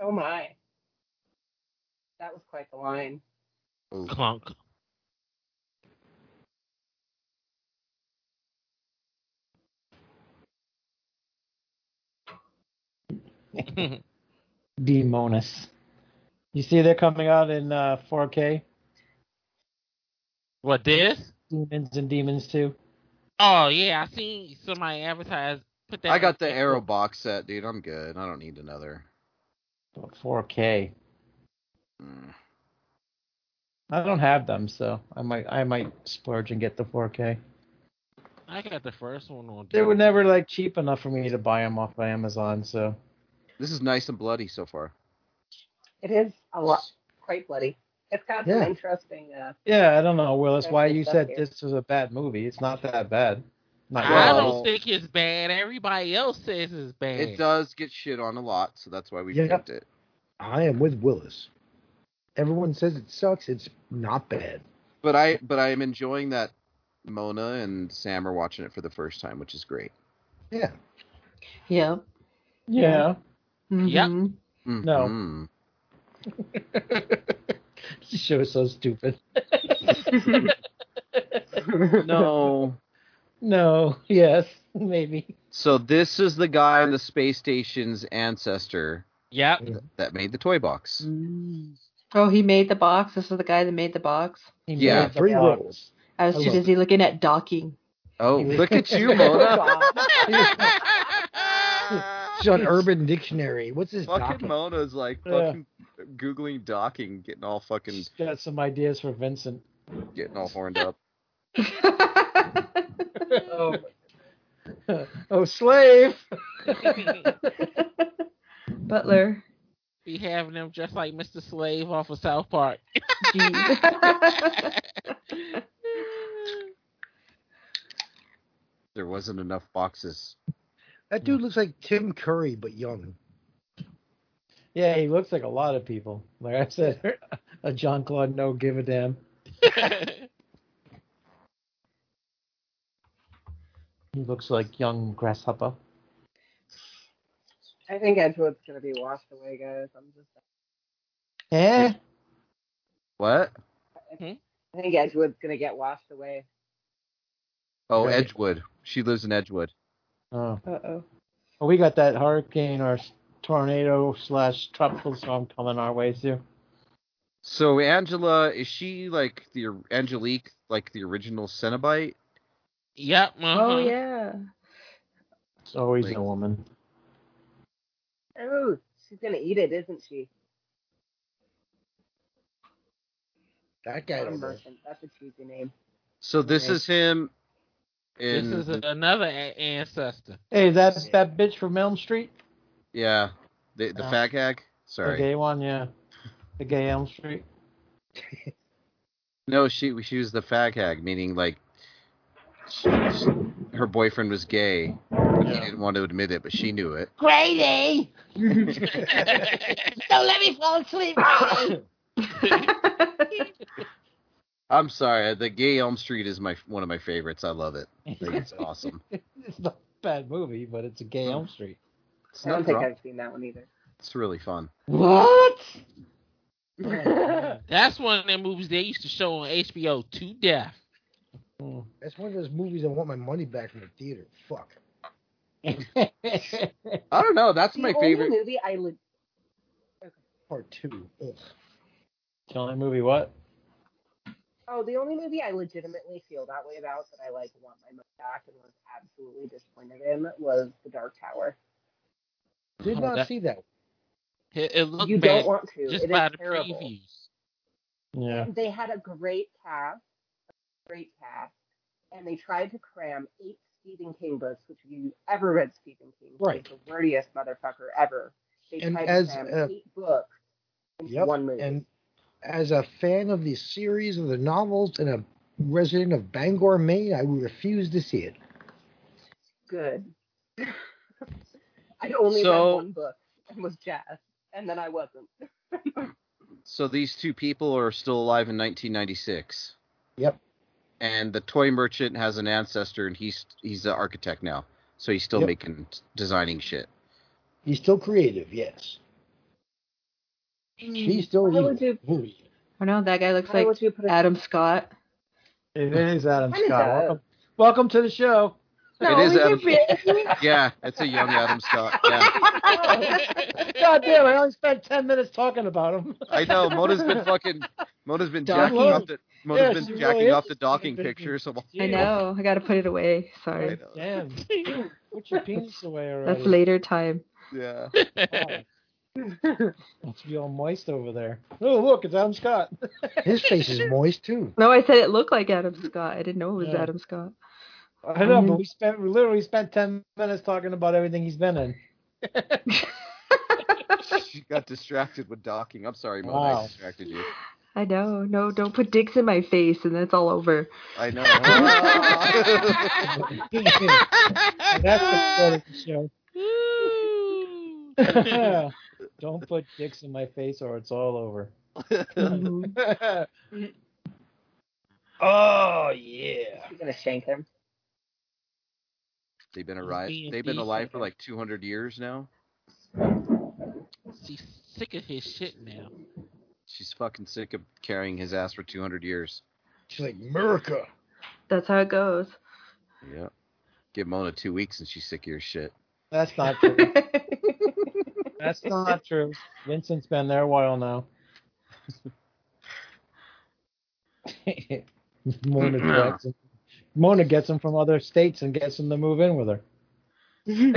Speaker 7: Oh my. That was quite the line.
Speaker 9: Clunk.
Speaker 8: Demonis. You see, they're coming out in uh, 4K.
Speaker 9: what this?
Speaker 8: Demons and Demons too.
Speaker 9: Oh yeah, I seen somebody advertise. Put that.
Speaker 1: I got the
Speaker 9: on Facebook.
Speaker 1: arrow box set, dude. I'm good. I don't need another.
Speaker 8: But 4K.
Speaker 1: Mm.
Speaker 8: I don't have them, so I might I might splurge and get the 4K.
Speaker 9: I got the first one on.
Speaker 8: They were
Speaker 9: DVD.
Speaker 8: never like cheap enough for me to buy them off of Amazon, so
Speaker 1: This is nice and bloody so far.
Speaker 7: It is a lot quite bloody. It's got some
Speaker 8: Yeah.
Speaker 7: interesting uh
Speaker 8: yeah, I don't know, Willis,
Speaker 7: That's
Speaker 8: why
Speaker 7: good
Speaker 8: you
Speaker 7: stuff
Speaker 8: said
Speaker 7: here.
Speaker 8: this was a bad movie. It's not that bad. Not
Speaker 9: I
Speaker 1: Well-
Speaker 9: don't think it's bad. Everybody else says it's bad.
Speaker 1: It does get shit on a lot, so that's why we
Speaker 4: Yeah.
Speaker 1: picked it.
Speaker 4: I am with Willis. Everyone says it sucks. It's not bad.
Speaker 1: But I but I am enjoying that Mona and Sam are watching it for the first time, which is great.
Speaker 4: Yeah.
Speaker 10: Yep.
Speaker 8: yeah.
Speaker 9: Yep.
Speaker 10: Mhm.
Speaker 8: No.
Speaker 1: Mhm.
Speaker 8: this show is so stupid.
Speaker 1: no.
Speaker 8: No. Yes. Maybe.
Speaker 1: So this is the guy on the space station's ancestor
Speaker 9: Yep.
Speaker 1: that made the toy box.
Speaker 10: Oh, he made the box. This is the guy that made the box.
Speaker 8: He
Speaker 1: Yeah,
Speaker 8: made the
Speaker 4: Three
Speaker 8: box.
Speaker 4: rules.
Speaker 10: I was
Speaker 4: I
Speaker 10: too
Speaker 4: love
Speaker 10: busy looking at docking.
Speaker 1: Oh,
Speaker 8: He was-
Speaker 1: look at you, Mona.
Speaker 4: It's on Urban Dictionary. What's this?
Speaker 1: fucking
Speaker 4: Docking?
Speaker 1: Mona's like
Speaker 8: Yeah.
Speaker 1: fucking googling docking, getting all fucking
Speaker 8: She's got some ideas for Vincent.
Speaker 1: getting all horned up.
Speaker 8: oh. oh, slave.
Speaker 10: Butler.
Speaker 9: Be having them just like Mr. Slave off of South Park.
Speaker 10: Gee. Oh,
Speaker 1: There wasn't enough boxes.
Speaker 4: That dude looks like Tim Curry, but young.
Speaker 8: Yeah, he looks like a lot of people. Like I said, a John Claude no give a damn. He looks like young grasshopper.
Speaker 7: I think Edgewood's gonna be washed away, guys. I'm just.
Speaker 8: Eh?
Speaker 1: What?
Speaker 7: I think Edgewood's gonna get washed away.
Speaker 1: Oh,
Speaker 8: Right.
Speaker 1: Edgewood. She lives in Edgewood.
Speaker 8: Oh.
Speaker 10: Uh oh.
Speaker 8: Well, we got that hurricane or s- tornado slash tropical storm coming our way too.
Speaker 1: So Angela, is she like the Angelique, like the original Cenobite?
Speaker 9: yep. uh
Speaker 4: Uh-huh.
Speaker 10: Oh yeah.
Speaker 8: It's always
Speaker 1: Wait.
Speaker 8: a woman.
Speaker 7: Oh, she's gonna eat it, isn't she?
Speaker 4: That guy. don't know.
Speaker 7: Merchant. That's a cheesy name.
Speaker 1: So this
Speaker 7: Okay.
Speaker 1: is him.
Speaker 9: This
Speaker 1: In,
Speaker 9: is another a- ancestor.
Speaker 8: Hey, that that bitch from Elm Street,
Speaker 1: yeah, the the
Speaker 8: Yeah.
Speaker 1: fag hag. Sorry,
Speaker 8: the gay one, yeah, the gay Elm Street.
Speaker 1: no, she she was the fag hag, meaning like she- she- her boyfriend was gay. but She
Speaker 8: Yeah.
Speaker 1: didn't want to admit it, but she knew it.
Speaker 5: Crazy! Don't let me fall asleep, Crazy!
Speaker 1: I'm sorry, the gay Elm Street is my one of my favorites. I love it. I think it's awesome.
Speaker 8: It's not a bad movie, but it's a gay Elm Street.
Speaker 1: It's
Speaker 7: I don't
Speaker 1: not
Speaker 7: think
Speaker 1: wrong.
Speaker 7: I've seen that one either.
Speaker 1: It's really fun.
Speaker 9: What?
Speaker 8: Yeah.
Speaker 9: That's one of them movies they used to show on HBO to death.
Speaker 8: Mm.
Speaker 4: That's one of those movies I want my money back from the theater. Fuck.
Speaker 1: I don't know. That's
Speaker 7: the
Speaker 1: my
Speaker 7: only
Speaker 1: favorite.
Speaker 7: movie I le-
Speaker 4: Part two. Ugh.
Speaker 8: the only movie what?
Speaker 7: oh the only movie I legitimately feel that way about that I like want my money back and was absolutely disappointed in was The Dark Tower.
Speaker 4: Did
Speaker 9: Oh,
Speaker 4: not
Speaker 9: that-
Speaker 4: see that. one.
Speaker 9: It, it looked
Speaker 7: you
Speaker 9: bad
Speaker 7: don't want to.
Speaker 9: just
Speaker 7: it
Speaker 9: by
Speaker 7: is
Speaker 9: the
Speaker 7: terrible.
Speaker 9: previews.
Speaker 8: Yeah.
Speaker 7: They had a great cast, a great cast, and they tried to cram eight Stephen King books, which if you ever read Stephen King, he's
Speaker 4: Right.
Speaker 7: the wordiest motherfucker ever. They
Speaker 4: And
Speaker 7: tried
Speaker 4: as
Speaker 7: to cram
Speaker 4: a-
Speaker 7: eight books into
Speaker 4: Yep,
Speaker 7: one movie.
Speaker 4: And as a fan of the series of the novels and a resident of Bangor, Maine, I refuse to see it.
Speaker 7: good. I only
Speaker 1: So-
Speaker 7: read one book and was jazzed, and then I wasn't.
Speaker 1: So these two people are still alive in 1996.
Speaker 4: Yep.
Speaker 1: And the toy merchant has an ancestor, and he's he's an architect now, so he's still
Speaker 4: Yep.
Speaker 1: making designing shit.
Speaker 4: He's still creative, yes. She's still
Speaker 7: Mm. Why would
Speaker 4: evil.
Speaker 7: you-
Speaker 4: Ooh,
Speaker 10: I know that guy looks
Speaker 7: Why
Speaker 10: like
Speaker 7: would you put a-
Speaker 10: Adam Scott.
Speaker 8: It is Adam
Speaker 7: Kinda
Speaker 8: Scott.
Speaker 7: does.
Speaker 8: Welcome, welcome to the show.
Speaker 1: No, is he's Adam- a
Speaker 10: bitch.
Speaker 1: Yeah, it's a young Adam Scott. Yeah,
Speaker 8: God damn! I only spent ten minutes talking about him.
Speaker 1: I know. Mona's been fucking. Mona's been
Speaker 10: Docking.
Speaker 1: jacking off the. Mona's
Speaker 8: Yeah,
Speaker 1: been
Speaker 8: she
Speaker 1: jacking
Speaker 8: really
Speaker 1: off
Speaker 8: is.
Speaker 1: the docking picture. So
Speaker 10: I know. I gotta put it away. Sorry.
Speaker 8: Damn. Put your penis away already.
Speaker 10: That's later time.
Speaker 1: yeah.
Speaker 8: It's real moist over there. Oh, look, it's Adam Scott.
Speaker 4: His face is moist too.
Speaker 10: No, I said it looked like Adam Scott. I didn't know it was
Speaker 8: Yeah.
Speaker 10: Adam Scott.
Speaker 8: I know,
Speaker 10: Mm-hmm.
Speaker 8: but we spent we literally spent ten minutes talking about everything he's been in.
Speaker 1: She got distracted with docking. I'm sorry, Mona. I
Speaker 8: Wow.
Speaker 1: distracted you.
Speaker 10: I know. No, don't put dicks in my face, and that's all over.
Speaker 1: I know.
Speaker 8: That's the start of the show. Don't put dicks in my face or it's all over.
Speaker 10: Mhm.
Speaker 4: Oh yeah.
Speaker 7: She's gonna shank him.
Speaker 1: they've been alive.
Speaker 9: Being
Speaker 1: They've been
Speaker 9: decent.
Speaker 1: alive for like 200 years now.
Speaker 9: She's sick of his shit now.
Speaker 1: She's fucking sick of carrying his ass for 200 years.
Speaker 4: She's like America.
Speaker 10: That's how it goes.
Speaker 1: Yeah. Give Mona two weeks and she's sick of your shit.
Speaker 8: That's not true. That's not true. Vincent's been there a while now. Mona, gets him. Mona gets them from other states and gets them to move in with her.
Speaker 10: no,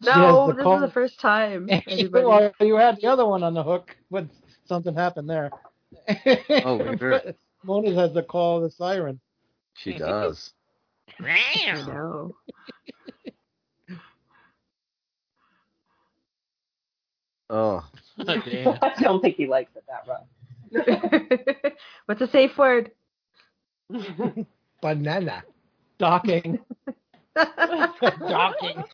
Speaker 8: the
Speaker 10: this
Speaker 8: call.
Speaker 10: is the first time. everybody.
Speaker 8: well, you had the other one on the hook, but something happened there.
Speaker 1: Oh, sure.
Speaker 8: Mona has the call of the siren.
Speaker 1: She does.
Speaker 10: I know.
Speaker 1: Oh.
Speaker 9: Damn.
Speaker 7: I don't think he likes it that rough.
Speaker 10: What's a safe word?
Speaker 4: Banana.
Speaker 8: Docking.
Speaker 10: That's
Speaker 8: Docking.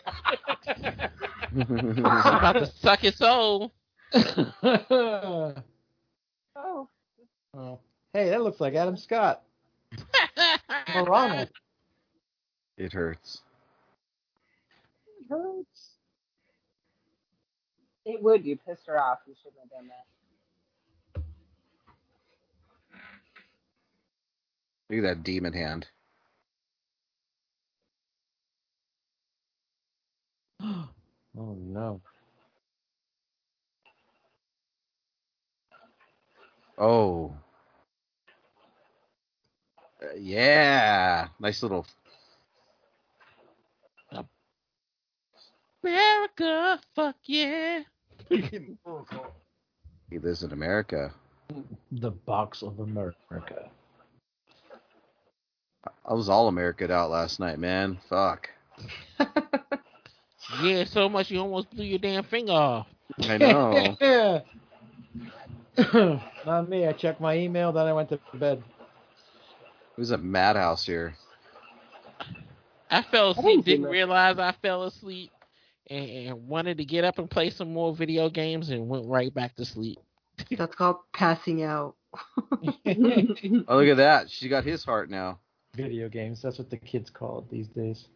Speaker 9: She's about to suck his soul.
Speaker 8: oh.
Speaker 7: Oh,
Speaker 8: Hey, that looks like Adam Scott. Moronic.
Speaker 1: it hurts.
Speaker 7: it hurts. It would. You pissed her off. You shouldn't have done that.
Speaker 1: Look at that demon hand.
Speaker 8: oh no.
Speaker 1: Oh. Uh, yeah. Nice little.
Speaker 9: America, fuck yeah.
Speaker 1: He lives in America.
Speaker 8: The box of America.
Speaker 1: I was all America out last night, man. Fuck.
Speaker 9: Yeah, so much you almost blew your damn finger off.
Speaker 1: I know.
Speaker 8: Not me. I checked my email, then I went to bed.
Speaker 1: It was a madhouse here.
Speaker 9: I fell
Speaker 7: I didn't
Speaker 9: asleep,
Speaker 7: do
Speaker 9: didn't
Speaker 7: that.
Speaker 9: realize I fell asleep, and, and wanted to get up and play some more video games, and went right back to sleep.
Speaker 10: called passing out.
Speaker 1: Oh, look at that. She got his heart now.
Speaker 8: Video games. That's what the kids call it these days.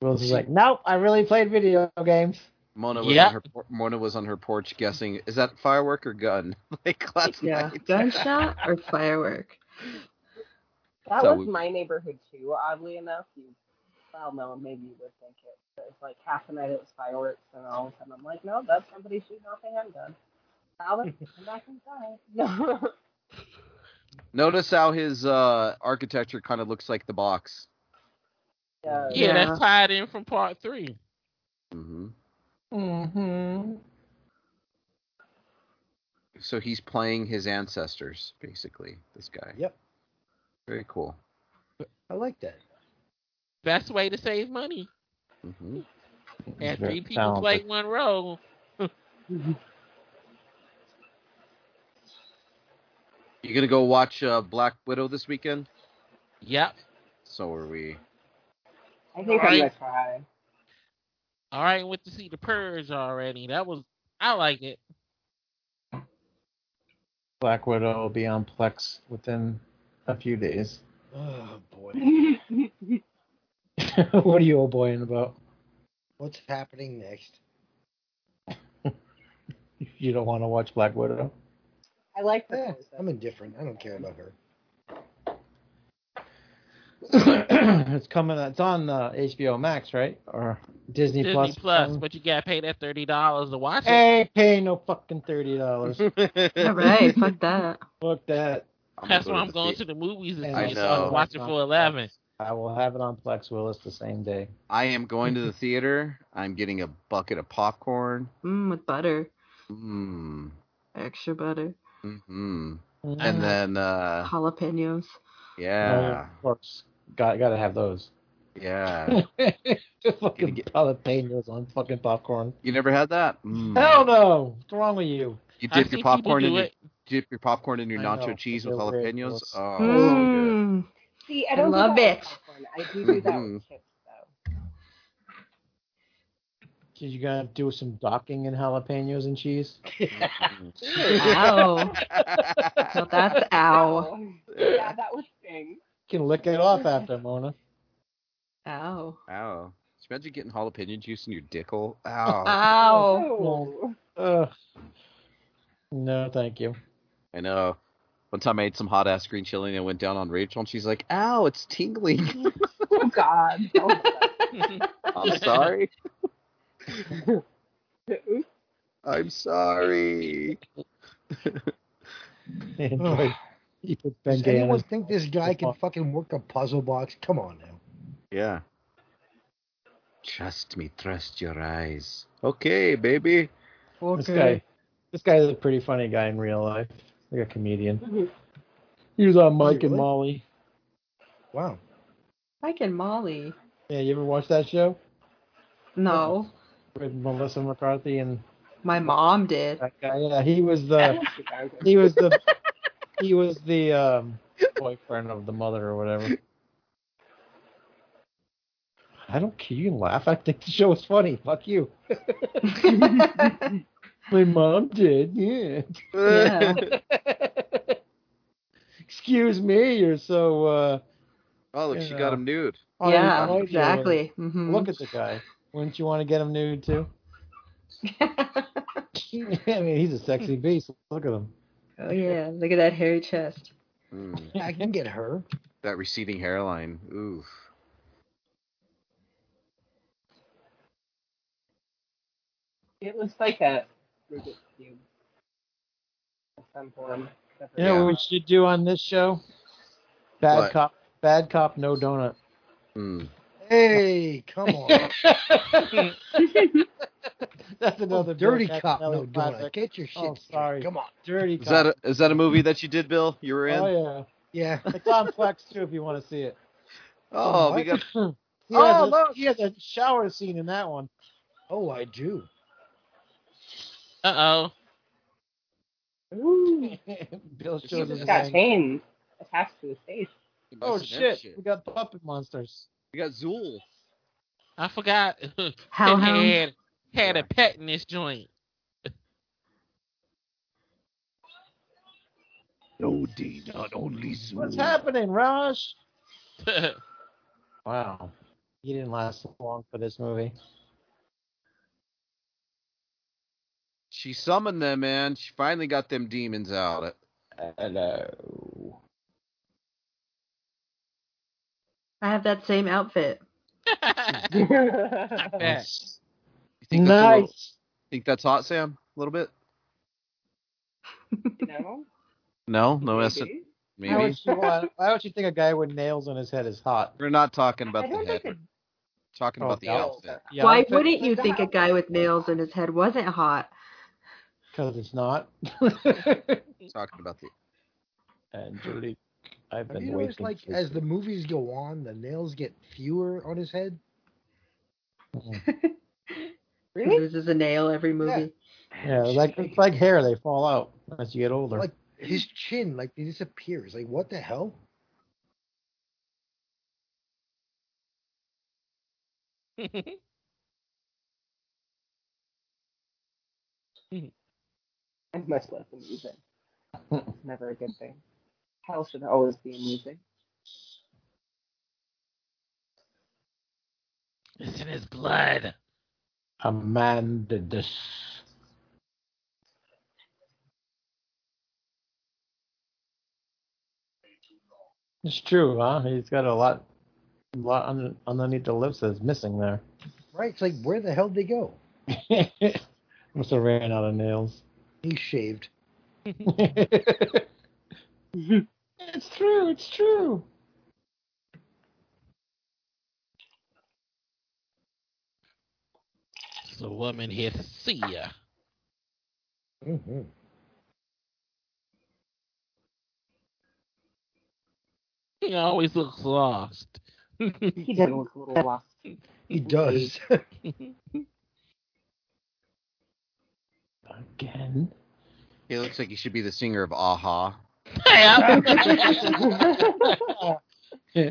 Speaker 8: Will's is
Speaker 1: She-
Speaker 8: like, nope, I really played video games.
Speaker 1: Mona was
Speaker 9: Yeah.
Speaker 1: on her por- Mona was on her porch guessing is that firework or gun like last
Speaker 10: Yeah,
Speaker 1: night.
Speaker 10: gunshot or firework.
Speaker 7: That
Speaker 1: So
Speaker 7: was
Speaker 1: we-
Speaker 7: my neighborhood too. Oddly enough, you, well, no, maybe you would think it. But it's like half the night it was fireworks, and all of a sudden I'm like, no, that's somebody shooting off a handgun. Alex, come back inside. No.
Speaker 1: Notice how his uh, architecture kind of looks like the box.
Speaker 7: yeah.
Speaker 9: Yeah,
Speaker 10: Yeah.
Speaker 9: that's tied in from part three.
Speaker 1: hmm
Speaker 8: Mm-hmm.
Speaker 1: So he's playing his ancestors, basically. This guy.
Speaker 4: Yep.
Speaker 1: Very cool.
Speaker 4: I like that.
Speaker 9: Best way to save money.
Speaker 1: hmm
Speaker 9: Have three people play one role.
Speaker 1: You gonna go watch uh, Black Widow this weekend?
Speaker 9: Yep.
Speaker 1: So are we.
Speaker 7: I think I'm gonna try.
Speaker 9: All right, went to see the purge already. That was I like it.
Speaker 8: Black Widow will be on Plex within a few days.
Speaker 4: Oh boy.
Speaker 8: what are you old boying about?
Speaker 4: What's happening next?
Speaker 8: You don't want to watch Black Widow?
Speaker 7: I like the
Speaker 4: Eh,
Speaker 7: pose, though.
Speaker 4: I'm indifferent. I don't care about her.
Speaker 8: it's coming. It's on uh, HBO Max, right? Or Disney,
Speaker 9: Disney
Speaker 8: Plus. Um,
Speaker 9: Plus, but you gotta pay that thirty dollars to watch it.
Speaker 8: Hey, pay no fucking thirty dollars.
Speaker 10: All right, fuck that.
Speaker 8: Fuck that.
Speaker 1: I'm
Speaker 9: That's
Speaker 1: gonna
Speaker 9: why
Speaker 1: go to
Speaker 9: I'm
Speaker 1: the
Speaker 9: going
Speaker 1: thea-
Speaker 9: to the movies to see
Speaker 8: And
Speaker 1: I
Speaker 9: it. So
Speaker 1: know.
Speaker 9: I'm watching
Speaker 8: That's
Speaker 9: for
Speaker 8: not-
Speaker 9: eleven.
Speaker 8: I will have it on Plex Willis the same day.
Speaker 1: I am going to the theater. I'm getting a bucket of popcorn.
Speaker 10: Mm, with butter,
Speaker 1: Mm.
Speaker 10: extra butter,
Speaker 1: hmm
Speaker 8: Mm.
Speaker 9: Uh-huh.
Speaker 1: And then uh,
Speaker 10: jalapenos.
Speaker 1: yeah,
Speaker 8: of course, got gotta have those.
Speaker 1: yeah.
Speaker 8: fucking
Speaker 1: get-
Speaker 8: jalapenos on fucking popcorn.
Speaker 1: You never had that? Mm.
Speaker 8: Hell no! What's wrong with you?
Speaker 1: You
Speaker 9: I've
Speaker 1: dip
Speaker 9: seen
Speaker 1: your
Speaker 9: people
Speaker 1: popcorn
Speaker 9: do
Speaker 1: in your
Speaker 9: it.
Speaker 1: dip your popcorn in your
Speaker 8: I
Speaker 1: nacho
Speaker 8: know,
Speaker 1: cheese
Speaker 8: but
Speaker 1: with
Speaker 8: they're very
Speaker 1: jalapenos.
Speaker 8: gross.
Speaker 1: Oh, so
Speaker 10: Mm.
Speaker 7: See, I
Speaker 10: I
Speaker 7: don't
Speaker 10: love
Speaker 7: do that
Speaker 10: it.
Speaker 7: With popcorn. I do do that with chips though.
Speaker 8: Did you gotta do some docking in jalapenos and cheese?
Speaker 1: Mm-hmm.
Speaker 10: Ow.
Speaker 1: good.
Speaker 10: No, that's ow.
Speaker 7: Oh. Yeah, that would sting.
Speaker 8: You can lick it off after Mona.
Speaker 10: Ow.
Speaker 1: Ow. Just imagine getting jalapeno juice in your dickle. Ow.
Speaker 10: Ow.
Speaker 7: Oh.
Speaker 8: Ugh. No, thank you.
Speaker 1: I know. uh, One time I ate some hot ass green chili and it went down on Rachel and she's like, ow, it's tingling.
Speaker 7: Oh God. Oh,
Speaker 1: I'm sorry. I'm sorry.
Speaker 8: Android. You put
Speaker 4: Does
Speaker 8: Bengay on
Speaker 4: anyone
Speaker 8: his-
Speaker 4: think this guy can fucking work a puzzle box? Come on now.
Speaker 1: Yeah. Trust me, trust your eyes. Okay, baby.
Speaker 8: This guy, this guy is a pretty funny guy in real life. Like a comedian. He was on Mike and
Speaker 4: really?
Speaker 8: Molly.
Speaker 4: Wow.
Speaker 10: Mike and Molly.
Speaker 8: Yeah, you ever watch that show
Speaker 10: No,
Speaker 8: with Melissa McCarthy and
Speaker 10: my mom did.
Speaker 8: that guy? Yeah, he was
Speaker 7: that
Speaker 8: the
Speaker 7: was too bad.
Speaker 8: he was the he was the um, boyfriend of the mother or whatever. I don't care. You can laugh. I think the show is funny. Fuck you. My mom did. Yeah.
Speaker 10: Yeah.
Speaker 8: Excuse me. You're so. Uh,
Speaker 1: Oh, look, she got him nude.
Speaker 10: yeah,
Speaker 8: unemployed here.
Speaker 10: exactly. hmm
Speaker 8: Oh, Look at the guy. Wouldn't you want to get him nude too? I mean, he's a sexy beast. Look at him.
Speaker 10: oh yeah, look at that hairy chest.
Speaker 1: Mm,
Speaker 4: I can get her.
Speaker 1: that receding hairline. Oof.
Speaker 7: It was like a Rubik's cube. of Some form.
Speaker 8: You know
Speaker 1: Yeah.
Speaker 8: what we should do on this show? Bad
Speaker 1: What?
Speaker 8: cop, bad cop, no donut.
Speaker 1: Mm.
Speaker 4: Hey, come on.
Speaker 8: That's another Bill
Speaker 4: Dirty cop, no
Speaker 8: Castanelli
Speaker 4: donut.
Speaker 8: classic.
Speaker 4: Get your shit.
Speaker 8: Oh,
Speaker 4: straight.
Speaker 8: sorry.
Speaker 4: Come on.
Speaker 8: Dirty
Speaker 1: Is
Speaker 8: cop.
Speaker 1: that a, is that a movie that you did, Bill? You were in? Oh,
Speaker 8: oh
Speaker 4: Yeah.
Speaker 8: yeah, it's on Flex too if you want to see it.
Speaker 1: Oh, we got.
Speaker 8: He
Speaker 1: Oh,
Speaker 8: has a,
Speaker 1: look!
Speaker 8: he has a shower scene in that one.
Speaker 4: Oh, I do.
Speaker 9: Uh oh.
Speaker 8: Bill
Speaker 1: He
Speaker 7: He
Speaker 1: was
Speaker 8: shows his
Speaker 7: just got
Speaker 8: leg.
Speaker 7: chains attached to his face.
Speaker 1: He must
Speaker 8: Oh
Speaker 1: have done
Speaker 8: shit. we got puppet monsters.
Speaker 1: We got Zool.
Speaker 9: I forgot.
Speaker 10: Hellhound.
Speaker 9: He had, had a pet in this joint.
Speaker 1: No, D, not only Zool.
Speaker 8: What's happening, Raj? Wow, he didn't last long for this movie.
Speaker 1: She summoned them, man. She finally got them demons out.
Speaker 8: Hello.
Speaker 10: I have that same outfit.
Speaker 9: I bet.
Speaker 8: Nice.
Speaker 1: You think that's a little, think that's hot, Sam? A little bit?
Speaker 7: You know?
Speaker 1: No, no, Oh, that's
Speaker 7: Maybe.
Speaker 1: maybe.
Speaker 8: Why, would you want, why would you think a guy with nails on his head is hot?
Speaker 1: We're not talking
Speaker 7: I
Speaker 1: about the
Speaker 7: don't
Speaker 1: head.
Speaker 7: think
Speaker 1: We're
Speaker 7: it
Speaker 1: talking
Speaker 8: Oh,
Speaker 1: about the
Speaker 8: no.
Speaker 1: outfit.
Speaker 8: Yeah,
Speaker 10: Why wouldn't you think a guy with nails in his head wasn't hot?
Speaker 8: Because it's not.
Speaker 1: Talking about the.
Speaker 8: Angelique, I've
Speaker 4: Have
Speaker 8: been
Speaker 4: you
Speaker 8: waiting.
Speaker 4: noticed, like,
Speaker 8: for
Speaker 4: as the
Speaker 8: you.
Speaker 4: movies go on, the nails get fewer on his head?
Speaker 7: Really?
Speaker 10: This is a nail every movie.
Speaker 8: yeah, like it's like hair, they fall out as you get older.
Speaker 4: Like- His chin, like, it disappears. Like, what the hell?
Speaker 7: I must love the music. Never a good thing. Hell should always be amusing.
Speaker 9: It's in his blood.
Speaker 8: a man did this. It's true, huh? He's got a lot, lot un- underneath the lips that's missing there.
Speaker 4: Right? It's like, where the hell did they go?
Speaker 8: Must have ran out of nails.
Speaker 4: He shaved.
Speaker 8: it's true. It's true.
Speaker 9: There's a woman here to see ya. Mm-hmm.
Speaker 4: hmm
Speaker 9: He always looks lost.
Speaker 7: He did look a little lost.
Speaker 4: He does.
Speaker 8: Again.
Speaker 1: He looks like he should be the singer of Aha.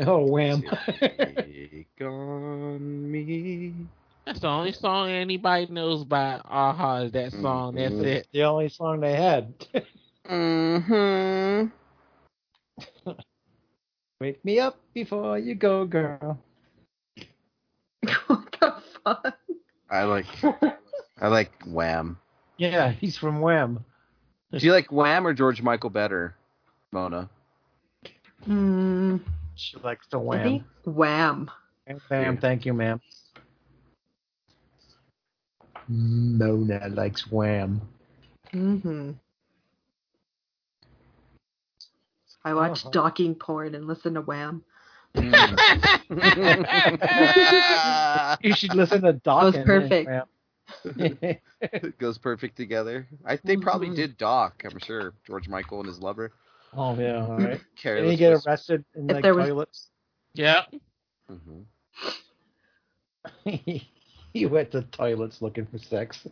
Speaker 8: oh wham!
Speaker 1: Take on me.
Speaker 9: That's the only song anybody knows by Aha is that song. That's
Speaker 1: Mhm.
Speaker 9: it.
Speaker 8: the only song they had.
Speaker 1: Mm-hmm.
Speaker 8: Wake me up before you go, girl.
Speaker 10: what the fuck?
Speaker 1: I like. I like Wham.
Speaker 8: Yeah, he's from Wham.
Speaker 1: Do you like Wham or George Michael better? Mona?
Speaker 10: Hmm.
Speaker 8: She likes to
Speaker 10: I
Speaker 8: wham.
Speaker 10: think Wham.
Speaker 8: Ma'am, thank you, ma'am. Mona likes wham.
Speaker 10: hmm I watch
Speaker 8: Uh-huh.
Speaker 10: docking porn and listen to Wham.
Speaker 1: it
Speaker 8: You should listen to Doc.
Speaker 10: That was
Speaker 8: and
Speaker 10: perfect.
Speaker 8: Wham.
Speaker 1: goes perfect together. I they probably
Speaker 10: Mhm.
Speaker 1: did Doc, I'm sure. George Michael and his lover.
Speaker 8: oh yeah, all right. And
Speaker 1: Careless.
Speaker 8: you get
Speaker 1: Whisper.
Speaker 8: arrested in
Speaker 10: If
Speaker 8: like
Speaker 10: there was-
Speaker 8: toilets.
Speaker 9: Yeah.
Speaker 1: Mhm.
Speaker 8: you went to toilets looking for sex.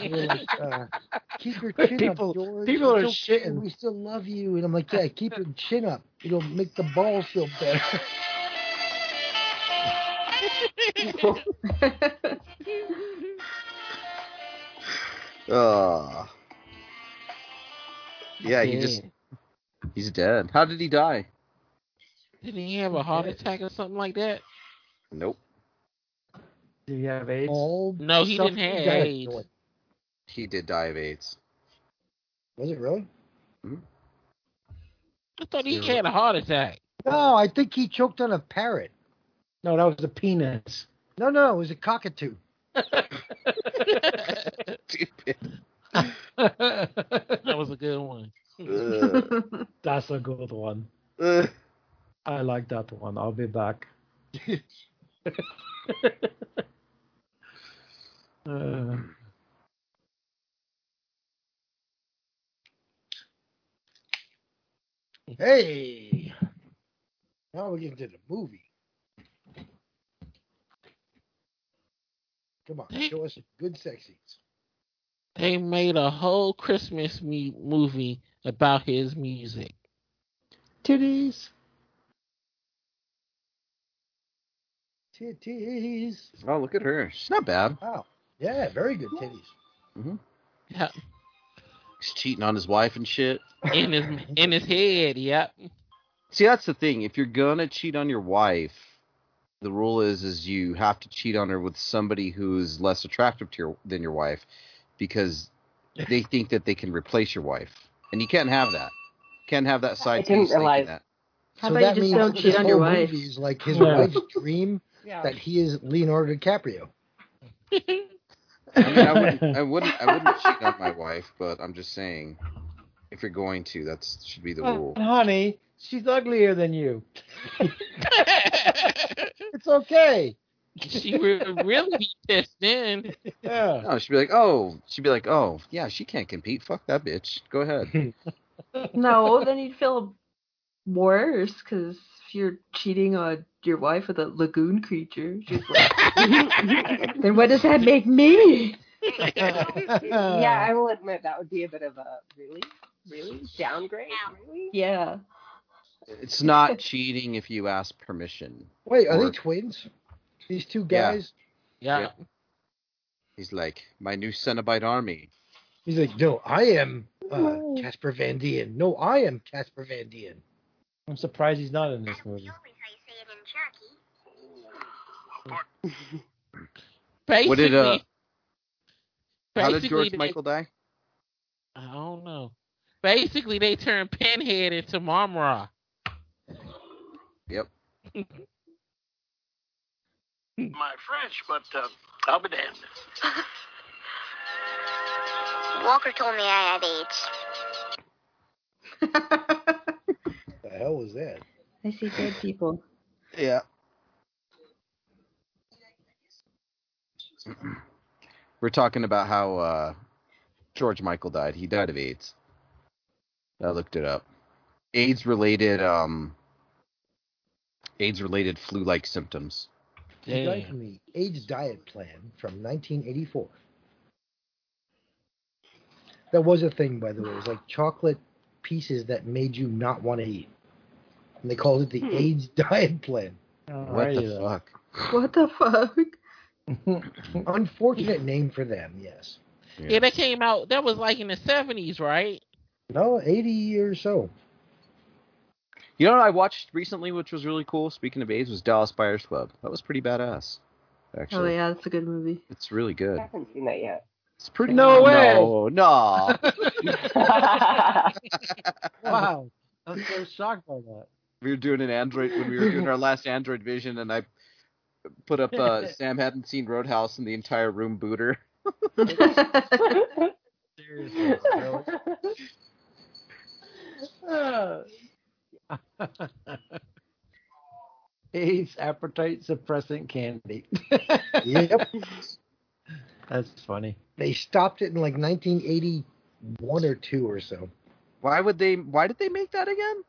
Speaker 4: You're like, uh, keep your chin
Speaker 8: People-
Speaker 4: up, George.
Speaker 8: people are
Speaker 4: It's okay,
Speaker 8: shitting.
Speaker 4: We still love you. And I'm like, yeah, keep your chin up. It'll make the balls feel better.
Speaker 1: Ah. Yeah, he just he's dead. How did he die?
Speaker 9: Didn't he have a heart attack or something like that?
Speaker 1: Nope.
Speaker 8: Do you have AIDS?
Speaker 4: All
Speaker 9: No, he
Speaker 4: stuff
Speaker 9: didn't have
Speaker 4: you got,
Speaker 9: AIDS.
Speaker 4: George.
Speaker 1: He did die of AIDS.
Speaker 4: Was it really?
Speaker 9: I thought he
Speaker 1: Zero.
Speaker 9: had a heart attack.
Speaker 4: No, I think he choked on a parrot.
Speaker 8: No, that was the penis.
Speaker 4: No, no, it was a cockatoo.
Speaker 1: Stupid.
Speaker 9: That was a good one.
Speaker 1: Ugh.
Speaker 8: That's a good one.
Speaker 1: Ugh.
Speaker 8: I like that one. I'll be back. Uh,
Speaker 4: Hey. Now we're getting to the movie. Come on, show us some good sex scenes.
Speaker 9: They made a whole Christmas mu- movie about his music.
Speaker 8: titties.
Speaker 4: Titties.
Speaker 1: Oh, look at her. She's not bad.
Speaker 4: Wow. Yeah, very good titties.
Speaker 9: Yeah.
Speaker 1: He's cheating on his wife and shit.
Speaker 9: In his in his head, yep.
Speaker 1: See, that's the thing. If you're gonna cheat on your wife, the rule is is you have to cheat on her with somebody who's less attractive to your than your wife, because they think that they can replace your wife, and you can't have that. Can't have that side
Speaker 7: I didn't
Speaker 1: piece thinking
Speaker 7: realize-
Speaker 1: that.
Speaker 10: How
Speaker 4: so
Speaker 10: about you
Speaker 4: that
Speaker 10: just
Speaker 4: means
Speaker 10: don't cheat
Speaker 4: the
Speaker 10: on your
Speaker 4: whole
Speaker 10: wife?
Speaker 4: movie is like his
Speaker 8: Yeah.
Speaker 4: wife's dream
Speaker 7: Yeah.
Speaker 4: that he is Leonardo DiCaprio.
Speaker 1: I mean, I wouldn't, I wouldn't, I wouldn't cheat on my wife, but I'm just saying, if you're going to, that should be the rule.
Speaker 8: honey, she's uglier than you. It's okay.
Speaker 9: she would really be pissed then.
Speaker 8: Yeah.
Speaker 1: No, she'd be like, oh, she'd be like, oh, yeah, she can't compete. Fuck that bitch. Go ahead.
Speaker 10: no, then you'd feel worse because if you're cheating on your wife with a lagoon creature, she's like, then what does that make me?
Speaker 7: yeah, I will admit that would be a bit of a really, really downgrade. Really?
Speaker 10: Yeah.
Speaker 1: It's not cheating if you ask permission.
Speaker 4: Wait, are
Speaker 1: Or-
Speaker 4: they twins? These two
Speaker 1: Yeah.
Speaker 4: guys?
Speaker 9: Yeah.
Speaker 1: Yeah. He's like, my new Cenobite army.
Speaker 4: He's like, no, I am uh, Casper Van Dien. No, I am Casper Van Dien.
Speaker 8: I'm surprised he's not in this movie.
Speaker 9: Basically,
Speaker 1: What did, uh, How did
Speaker 9: basically
Speaker 1: George
Speaker 9: they-
Speaker 1: Michael die?
Speaker 9: I don't know. Basically, they turned Pinhead into Marmara.
Speaker 1: Yep.
Speaker 2: My French, but uh, I'll be damned.
Speaker 11: Walker told me I had AIDS.
Speaker 10: I
Speaker 4: The hell was that?
Speaker 10: see dead people.
Speaker 1: Yeah. We're talking about how uh, George Michael died. He died of AIDS. I looked it up. AIDS related um AIDS related flu like symptoms.
Speaker 4: He died
Speaker 9: Damn.
Speaker 4: from the AIDS diet plan from 1984. That was a thing, by the way. It was like chocolate pieces that made you not want to eat. And they called it the AIDS diet plan.
Speaker 1: What the
Speaker 8: Alrighty then.
Speaker 1: fuck?
Speaker 10: What the fuck? Oh,
Speaker 4: Unfortunate name for them, yes.
Speaker 9: Yeah, that came out. That was like in the seventies, right?
Speaker 4: No, 80 or so.
Speaker 1: You know what I watched recently which was really cool, speaking of AIDS, was Dallas Buyers Club. That was pretty badass.
Speaker 10: Oh,
Speaker 1: Actually.
Speaker 10: yeah, that's a good movie.
Speaker 1: It's really good.
Speaker 7: I haven't seen that yet.
Speaker 1: It's pretty
Speaker 8: No way!
Speaker 1: No, no.
Speaker 8: Wow. I was so shocked by that.
Speaker 1: We were doing an Android when we were doing our last Android Vision, and I put up uh, Sam hadn't seen Roadhouse, and the entire room booter.
Speaker 8: Seriously. really? He's appetite suppressant candy.
Speaker 4: Yep.
Speaker 8: That's funny.
Speaker 4: They stopped it in like 1981 or two or so
Speaker 1: Why would they? Why did they make that again?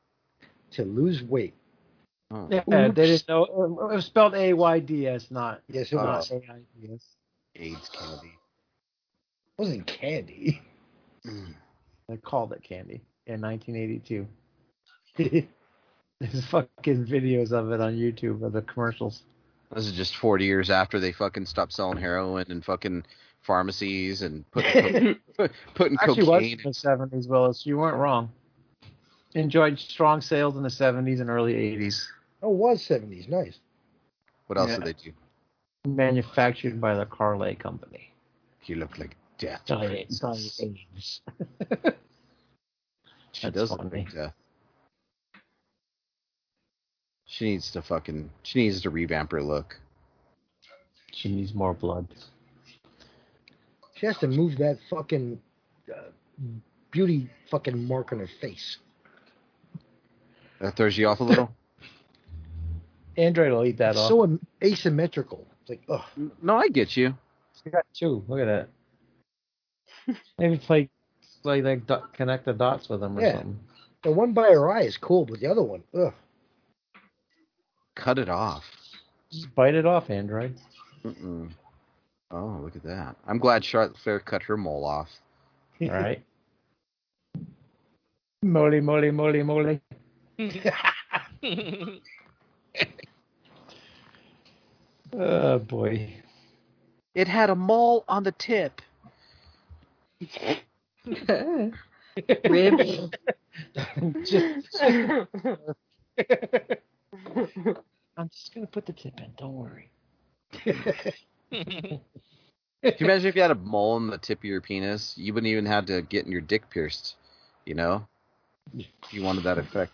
Speaker 4: to lose weight.
Speaker 1: Oh.
Speaker 8: Yeah,
Speaker 4: Oops.
Speaker 8: they didn't know. It was spelled A Y D S, not
Speaker 4: Yes, it
Speaker 8: not
Speaker 4: was.
Speaker 8: A I D S.
Speaker 1: AIDS candy.
Speaker 4: It wasn't candy.
Speaker 8: They called it candy in 1982. There's fucking videos of it on YouTube of the commercials.
Speaker 1: This is just 40 years after they fucking stopped selling heroin and fucking pharmacies and putting co- putting
Speaker 8: Actually, it was in
Speaker 1: cocaine.
Speaker 8: the 70s, Willis. You weren't wrong. Enjoyed strong sales in the 70s and early 80s.
Speaker 4: Oh, it was 70s. Nice.
Speaker 1: What else
Speaker 8: Yeah.
Speaker 1: did they do?
Speaker 8: Manufactured by the Carlay Company.
Speaker 1: You look like death.
Speaker 8: Diet,
Speaker 1: princess.
Speaker 8: Ames.
Speaker 1: She
Speaker 8: That's
Speaker 1: does look
Speaker 8: funny.
Speaker 1: like death. She needs to fucking. She needs to revamp her look.
Speaker 8: She needs more blood.
Speaker 4: She has to move that fucking uh, beauty fucking mark on her face.
Speaker 1: That throws you off a little.
Speaker 8: Android will eat that
Speaker 4: It's
Speaker 8: off.
Speaker 4: so am- asymmetrical. It's like, ugh.
Speaker 1: no, I get you.
Speaker 8: She got two. Look at that. Maybe play, play like dot, connect the dots with them or
Speaker 4: Yeah.
Speaker 8: something.
Speaker 4: The one by her eye is cool, but the other one, ugh.
Speaker 1: Cut it off.
Speaker 8: Just bite it off, Android.
Speaker 1: Mm-mm. Oh, look at that. I'm glad Charlotte Flair cut her mole off.
Speaker 8: All right. moly, moly, moly, moly. Oh boy.
Speaker 1: It had a mole on the tip.
Speaker 10: Ribs.
Speaker 8: Just- I'm just gonna put the tip in. Don't worry.
Speaker 1: Can you imagine if you had a mole on the tip of your penis? You wouldn't even have to get your dick pierced, you know? If you wanted that effect.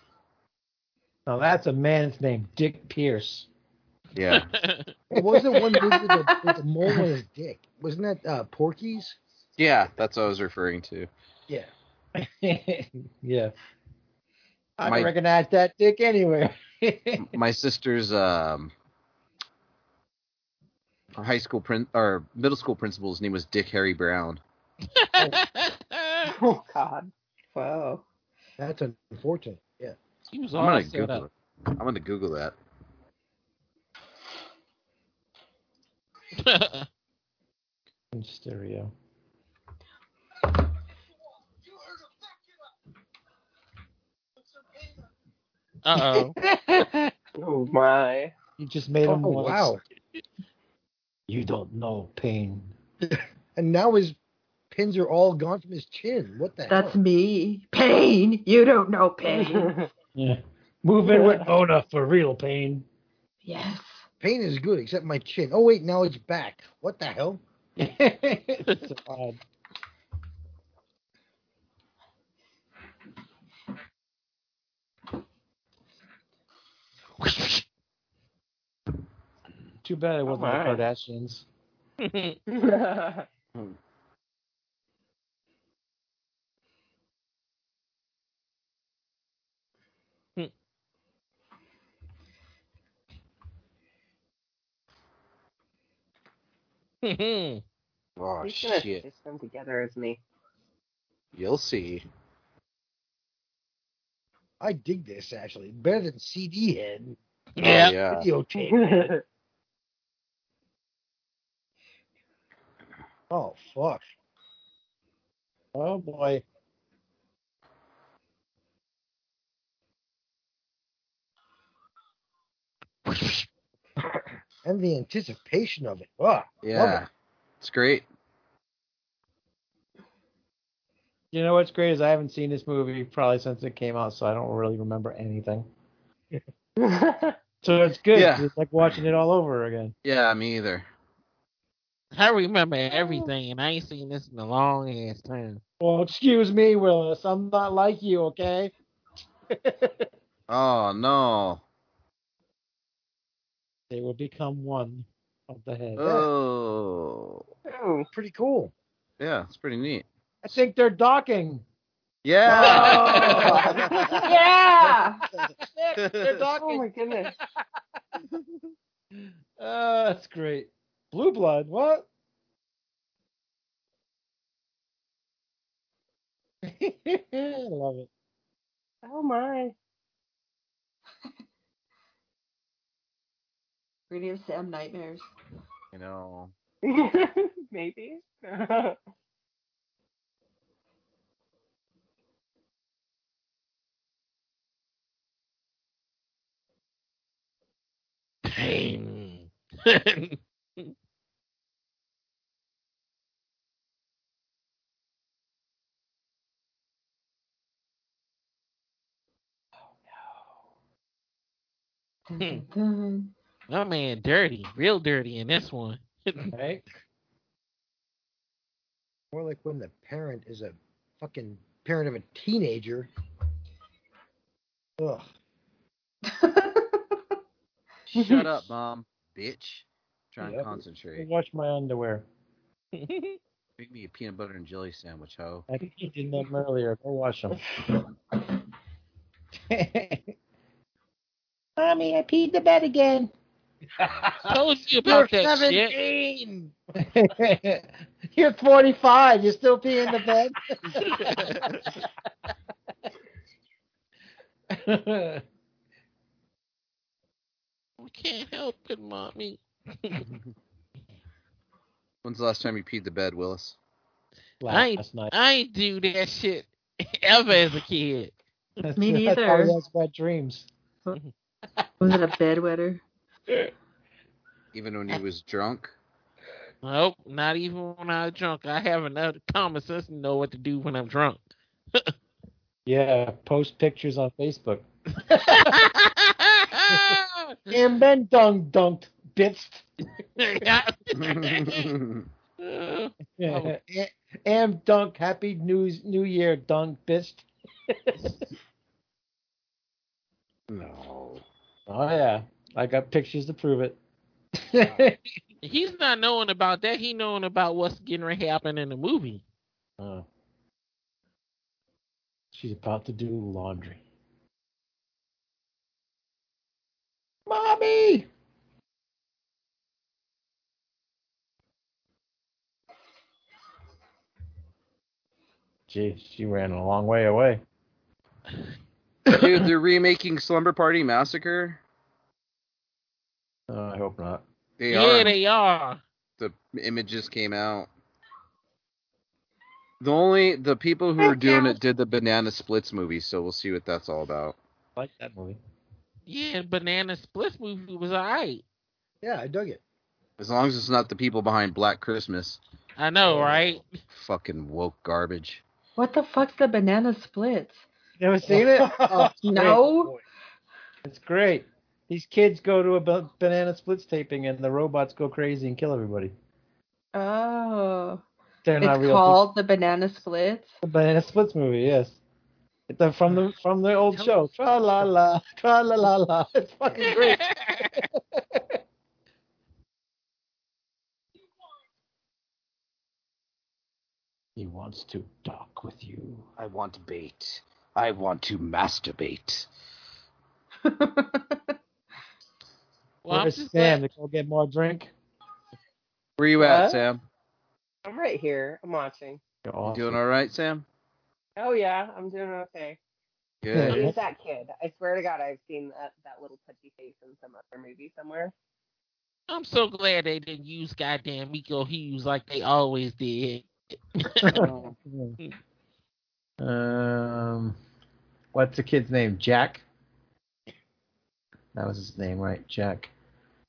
Speaker 8: Now that's a man's name, Dick Pierce.
Speaker 1: Yeah.
Speaker 4: It wasn't one lizard that- with a mole on his dick. Wasn't that uh, Porky's?
Speaker 1: Yeah, that's what I was referring to.
Speaker 4: Yeah.
Speaker 8: yeah. I
Speaker 1: My-
Speaker 8: can recognize that dick anywhere.
Speaker 1: My sister's um high school prin- or middle school principal's name was Dick Harry Brown.
Speaker 7: Oh God.
Speaker 10: wow.
Speaker 4: That's unfortunate. Yeah.
Speaker 9: She was
Speaker 1: I'm gonna
Speaker 9: all set
Speaker 1: Google
Speaker 9: up.
Speaker 1: it. I'm gonna Google that.
Speaker 8: In stereo.
Speaker 9: uh oh.
Speaker 7: Oh my.
Speaker 8: You just made him
Speaker 4: oh,
Speaker 8: once.
Speaker 4: wow.
Speaker 8: You don't know pain.
Speaker 4: And now his pins are all gone from his chin. What the
Speaker 10: That's
Speaker 4: hell?
Speaker 10: me. Pain. You don't know pain.
Speaker 8: Yeah. Move in with Mona for real pain.
Speaker 10: Yes.
Speaker 4: Pain is good, except my chin. Oh, wait, now it's back. What the hell?
Speaker 8: it's odd. Too bad it wasn't the
Speaker 7: Alright.
Speaker 8: Kardashians.
Speaker 9: Hmm.
Speaker 1: Oh
Speaker 7: He's gonna
Speaker 1: shit.
Speaker 7: stitch them together, isn't he?
Speaker 1: You'll see.
Speaker 4: I dig this, actually. Better than CD head.
Speaker 1: Yeah.
Speaker 9: Yeah.
Speaker 1: yeah.
Speaker 4: Videotape. Oh, fuck.
Speaker 8: Oh boy.
Speaker 4: And the anticipation of it. Ah,
Speaker 1: Yeah. It's great.
Speaker 8: You know what's great is I haven't seen this movie probably since it came out, so I don't really remember anything. So it's good.
Speaker 1: Yeah.
Speaker 8: 'cause It's like watching it all over again.
Speaker 1: Yeah, me either.
Speaker 9: I remember everything, and I ain't seen this in a long ass time.
Speaker 8: Well, excuse me, Willis. I'm not like you, okay?
Speaker 1: Oh no.
Speaker 8: They will become one of the head.
Speaker 1: Oh.
Speaker 4: Uh, Pretty cool.
Speaker 1: Yeah, it's pretty neat.
Speaker 8: I think they're docking.
Speaker 1: Yeah.
Speaker 10: yeah.
Speaker 8: they're docking.
Speaker 7: Oh my goodness.
Speaker 8: Uh, that's great. Blue blood. What? I love it.
Speaker 7: Oh my.
Speaker 10: We're gonna give Sam nightmares.
Speaker 1: you know.
Speaker 7: Maybe.
Speaker 9: Pain.
Speaker 8: Hmm.
Speaker 10: Dun, dun,
Speaker 9: My man, dirty, real dirty in this one.
Speaker 8: Right?
Speaker 4: More like when the parent is a fucking parent of a teenager. Ugh.
Speaker 10: dun.
Speaker 1: Shut up, mom, bitch. Trying to
Speaker 8: Yep.
Speaker 1: concentrate.
Speaker 8: Wash my underwear.
Speaker 1: Make me a peanut butter and jelly sandwich, ho.
Speaker 8: I did them earlier. Go wash them.
Speaker 5: Mommy, I peed the bed again.
Speaker 9: Told you about
Speaker 5: You're
Speaker 9: that shit.
Speaker 5: 17.
Speaker 8: You're 45. You're still peeing the bed.
Speaker 9: We can't help it, mommy.
Speaker 1: When's the last time you peed the bed, Willis?
Speaker 8: Last night.
Speaker 9: I ain't do that shit ever as a kid.
Speaker 8: That's-
Speaker 10: Me
Speaker 8: That's how
Speaker 10: neither.
Speaker 8: he has bad dreams.
Speaker 10: Was it a bedwetter?
Speaker 1: Even when he was drunk?
Speaker 9: Nope, not even when I was drunk. I have enough common sense to know what to do when I'm drunk.
Speaker 8: Yeah, post pictures on Facebook.
Speaker 9: I
Speaker 8: And then dung dunked, bitched.
Speaker 9: Oh.
Speaker 8: Am- Am dunk, happy news, new year, dunk, bitched.
Speaker 1: no.
Speaker 8: Oh yeah, I got pictures to prove it.
Speaker 9: He's not knowing about that. He knowing about what's getting ready to happen in the movie.
Speaker 8: Oh. She's about to do laundry. Mommy! Jeez, she ran a long way away.
Speaker 1: Dude, they're remaking Slumber Party Massacre.
Speaker 8: Uh, I hope not.
Speaker 1: They
Speaker 9: yeah,
Speaker 1: are.
Speaker 9: they are.
Speaker 1: the images came out. The only the people who are doing it did the Banana Splits movie, so we'll see what that's all about.
Speaker 8: like that movie.
Speaker 9: Yeah, Banana Splits movie was alright.
Speaker 4: Yeah, I dug it.
Speaker 1: As long as it's not the people behind Black Christmas,
Speaker 9: I
Speaker 1: Oh.
Speaker 9: know, right?
Speaker 1: fucking woke garbage.
Speaker 10: What the fuck's the banana splits?
Speaker 8: Never seen it?
Speaker 10: Oh, no.
Speaker 8: It's great. These kids go to a ba- banana splits taping and the robots go crazy and kill everybody.
Speaker 10: Oh.
Speaker 8: They're not
Speaker 10: It's
Speaker 8: real.
Speaker 10: called the banana splits.
Speaker 8: The Banana Splits movie, yes. The, from the from the old show. Tra la la, tra la la la. It's fucking great. he wants to talk with you.
Speaker 1: I want to bait. I want to masturbate.
Speaker 9: Well, I'm
Speaker 8: Where's
Speaker 9: just
Speaker 8: Sam
Speaker 9: glad-
Speaker 8: to go get more drink?
Speaker 1: Where you
Speaker 7: What?
Speaker 1: at, Sam?
Speaker 7: I'm right here. I'm watching.
Speaker 8: You're
Speaker 1: You
Speaker 8: awesome.
Speaker 1: doing all right, Sam?
Speaker 7: Oh yeah, I'm doing okay.
Speaker 1: Good.
Speaker 8: Yeah.
Speaker 7: He's that kid. I swear to God, I've seen that, that little touchy face in some other movie somewhere.
Speaker 9: I'm so glad they didn't use goddamn Miko Hughes like they always did.
Speaker 8: um, what's the kid's name? Jack. That was his name, right? Jack.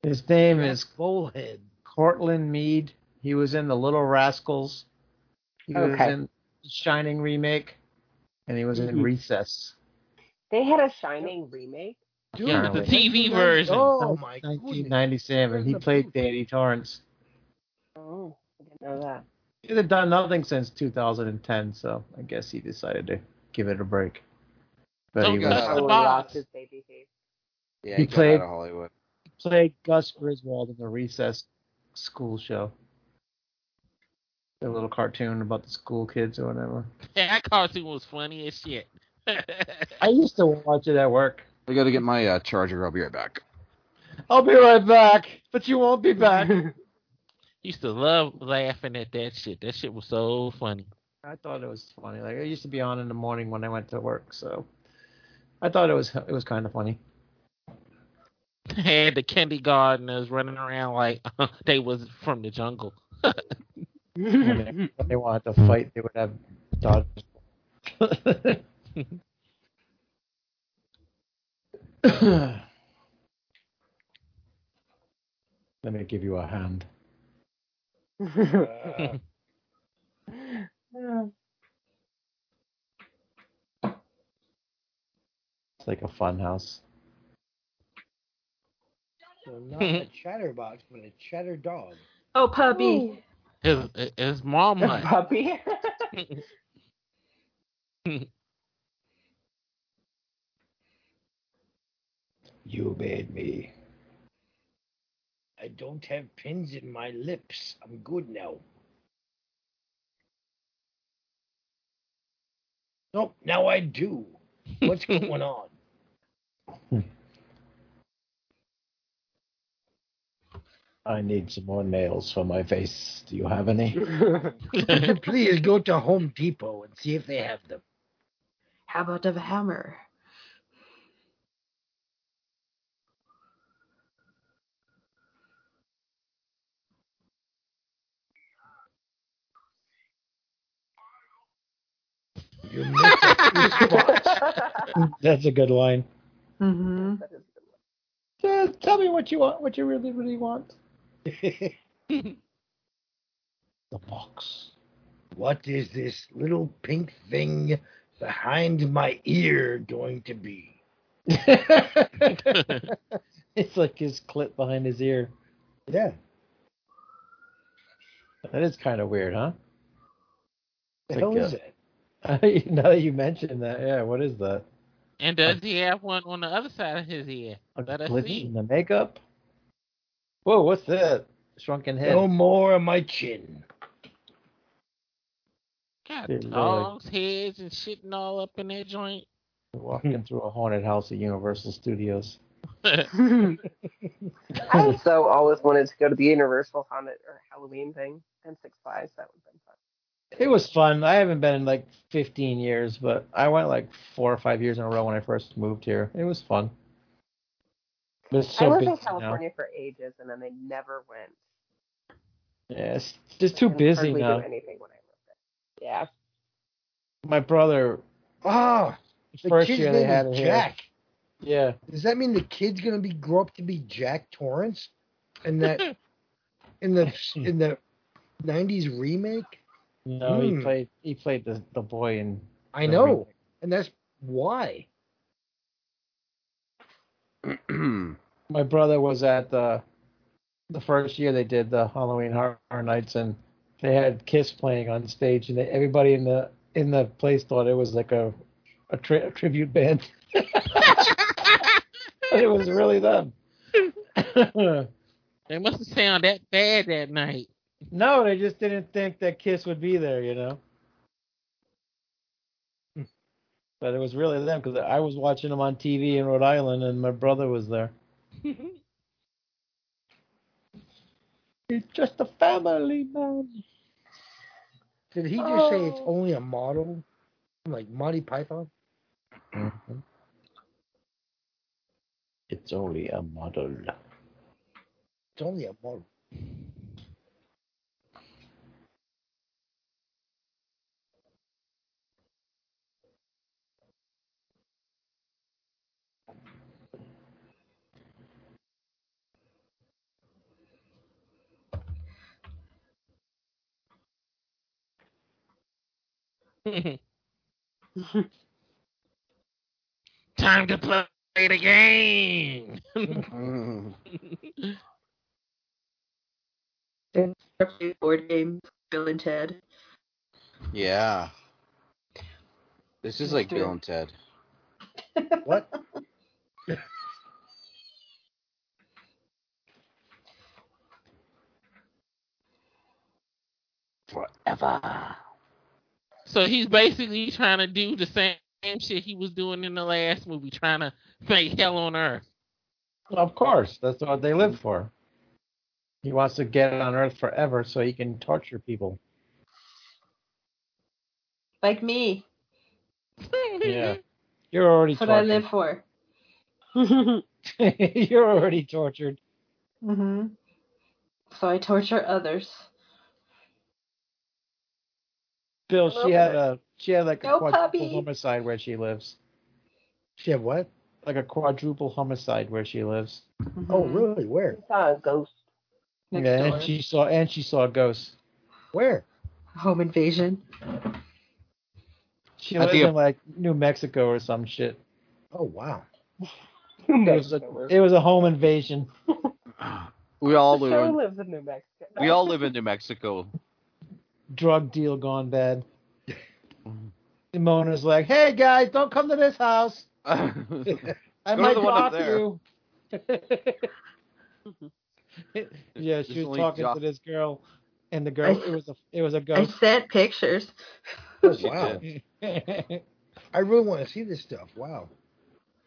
Speaker 8: His name is
Speaker 4: Bullhead.
Speaker 8: Cortland Mead. He was in The Little Rascals. He was
Speaker 7: Okay.
Speaker 8: in Shining remake, and he was
Speaker 4: Mm-hmm.
Speaker 8: in
Speaker 7: Mhm.
Speaker 8: Recess.
Speaker 7: They had a Shining remake.
Speaker 4: Dude,
Speaker 9: Yeah, the
Speaker 8: Apparently.
Speaker 9: TV
Speaker 4: 1990
Speaker 9: version.
Speaker 4: Oh my goodness.
Speaker 8: 1997. He
Speaker 4: There's a
Speaker 8: played
Speaker 4: booth.
Speaker 8: Danny Torrance.
Speaker 7: Oh, I didn't know that.
Speaker 8: He had done nothing since 2010, so I guess he decided to give it a break.
Speaker 1: But
Speaker 9: Don't
Speaker 1: he
Speaker 9: touch
Speaker 1: was
Speaker 9: the
Speaker 7: I will
Speaker 9: box.
Speaker 7: rock his baby face.
Speaker 1: yeah,
Speaker 8: He
Speaker 1: he, got
Speaker 8: played-
Speaker 1: out of Hollywood.
Speaker 8: Played Gus Griswold in the Recess school show. The little cartoon about the school kids or whatever.
Speaker 9: Yeah, that cartoon was funny as shit.
Speaker 8: I used to watch it at work.
Speaker 1: I got to get my uh, charger. I'll be right back.
Speaker 8: I'll be right back, but you won't be back.
Speaker 9: used to love laughing at that shit. That shit was so funny.
Speaker 8: I thought it was funny. Like it used to be on in the morning when I went to work, so I thought it was it was kind of funny.
Speaker 9: Had the kindergartners running around like they was from the jungle.
Speaker 8: When they, when they wanted to fight, they would have dodged. Let me give you a hand.
Speaker 4: Uh,
Speaker 8: It's like a fun house.
Speaker 4: So not a chatterbox, but a chatter dog.
Speaker 10: Oh, puppy.
Speaker 9: His his mom
Speaker 7: Puppy.
Speaker 4: You made me. I don't have pins in my lips. I'm good now. Nope, now I do. What's going on?
Speaker 8: I need some more nails for my face. Do you have any?
Speaker 4: Would you please go to Home Depot and see if they have them?
Speaker 10: How about a hammer?
Speaker 4: You missed a few spots.
Speaker 8: That's a good line.
Speaker 10: Mm-hmm.
Speaker 7: That is good.
Speaker 8: Just tell me what you want, what you really, really want. The box.
Speaker 4: what is this little pink thing behind my ear going to be?
Speaker 8: it's like his clip behind his ear.
Speaker 4: Yeah.
Speaker 8: That is kind of weird, huh?
Speaker 4: The
Speaker 8: Like,
Speaker 4: hell is
Speaker 8: uh,
Speaker 4: it?
Speaker 8: now that you mentioned that, yeah, what is that?
Speaker 9: and does he have one on the other side of his ear?
Speaker 8: A
Speaker 9: Let us
Speaker 8: glitch
Speaker 9: see.
Speaker 8: in the makeup? Whoa, what's that? Oh Shrunken head.
Speaker 4: No more of my chin.
Speaker 9: Got
Speaker 8: Dude, look.
Speaker 9: dogs' heads and shitting all up in that joint.
Speaker 8: Walking through a haunted house at Universal Studios.
Speaker 7: I
Speaker 8: Hmm.
Speaker 7: also always wanted to go to the Universal Haunted or Halloween thing and Six Flags. That would have been fun.
Speaker 8: It was fun. I haven't been in like 15 years, but I went like four or five years in a row when I first moved here. It was fun. But it's so
Speaker 7: I lived
Speaker 8: busy
Speaker 7: in
Speaker 8: now.
Speaker 7: California for ages and then they never went.
Speaker 8: Yeah, it's just too
Speaker 7: I didn't
Speaker 8: busy
Speaker 7: hardly
Speaker 8: now.
Speaker 7: Do anything when I lived there. Yeah.
Speaker 8: My brother,
Speaker 4: Ah, the
Speaker 8: first
Speaker 4: kid's
Speaker 8: year they
Speaker 4: name
Speaker 8: had it
Speaker 4: is
Speaker 8: here.
Speaker 4: Jack.
Speaker 8: Yeah,
Speaker 4: Does that mean the kid's gonna be grow up to be Jack Torrance? And that in the in the '90s remake?
Speaker 8: no,
Speaker 4: Hmm.
Speaker 8: he played he played the the boy in
Speaker 4: I
Speaker 8: the
Speaker 4: know,
Speaker 8: remake.
Speaker 4: and that's why.
Speaker 8: My brother was at the the first year they did the Halloween Horror Nights, and they had Kiss playing on stage, and they, everybody in the in the place thought it was like a a, tri- a tribute band. And it was really them.
Speaker 9: They must have sound that bad that night.
Speaker 8: no, they just didn't think that Kiss would be there, you know. But it was really them because I was watching them on TV in Rhode Island, and my brother was there. He's just a family man.
Speaker 4: Did he just say it's only a model, like Monty Python?
Speaker 8: Mm-hmm. It's only a model.
Speaker 4: It's only a model.
Speaker 9: Time to play the game.
Speaker 10: I played Board game, Bill and Ted.
Speaker 1: yeah. This is like Bill and Ted.
Speaker 4: What?
Speaker 9: Forever. So he's basically trying to do the same shit he was doing in the last movie, trying to fake hell on earth.
Speaker 8: Of course, that's what they live for. He wants to get on Earth forever so he can torture people.
Speaker 10: Like me.
Speaker 8: Yeah, you're already
Speaker 10: That's what I
Speaker 8: tortured.
Speaker 10: live for.
Speaker 8: you're already tortured.
Speaker 10: hmm So I torture others.
Speaker 8: Bill,
Speaker 10: Hello
Speaker 8: she had
Speaker 10: there.
Speaker 8: a she had like a
Speaker 10: Go,
Speaker 8: quadruple
Speaker 10: puppy.
Speaker 8: homicide where she lives.
Speaker 4: She had what?
Speaker 8: Like a quadruple homicide where she lives.
Speaker 4: Oh,
Speaker 7: Mm-hmm.
Speaker 4: really? Where?
Speaker 7: saw a ghost.
Speaker 10: Next
Speaker 8: yeah,
Speaker 10: door.
Speaker 8: and she saw and she saw ghosts.
Speaker 4: Where?
Speaker 10: Home invasion.
Speaker 8: She
Speaker 1: I
Speaker 8: lives
Speaker 1: think
Speaker 8: in like New Mexico or some shit.
Speaker 4: Oh, wow.
Speaker 8: It was a it was a home invasion.
Speaker 1: We all live.
Speaker 7: Joe
Speaker 1: In,
Speaker 7: lives in New Mexico.
Speaker 1: we all live in New Mexico.
Speaker 8: drug deal gone bad. And Mona's like, "Hey guys, don't come to this house. I
Speaker 1: Go to
Speaker 8: might
Speaker 1: the one up
Speaker 8: drop
Speaker 1: there."
Speaker 8: you." yeah, she
Speaker 1: There's
Speaker 8: was
Speaker 1: only
Speaker 8: talking
Speaker 1: jo-
Speaker 8: to this girl, and the girl
Speaker 10: I-
Speaker 8: it was a it was a
Speaker 10: I
Speaker 8: ghost.
Speaker 10: sent pictures.
Speaker 4: Oh,
Speaker 1: She
Speaker 4: wow.
Speaker 1: did.
Speaker 4: I really want to see this stuff. Wow.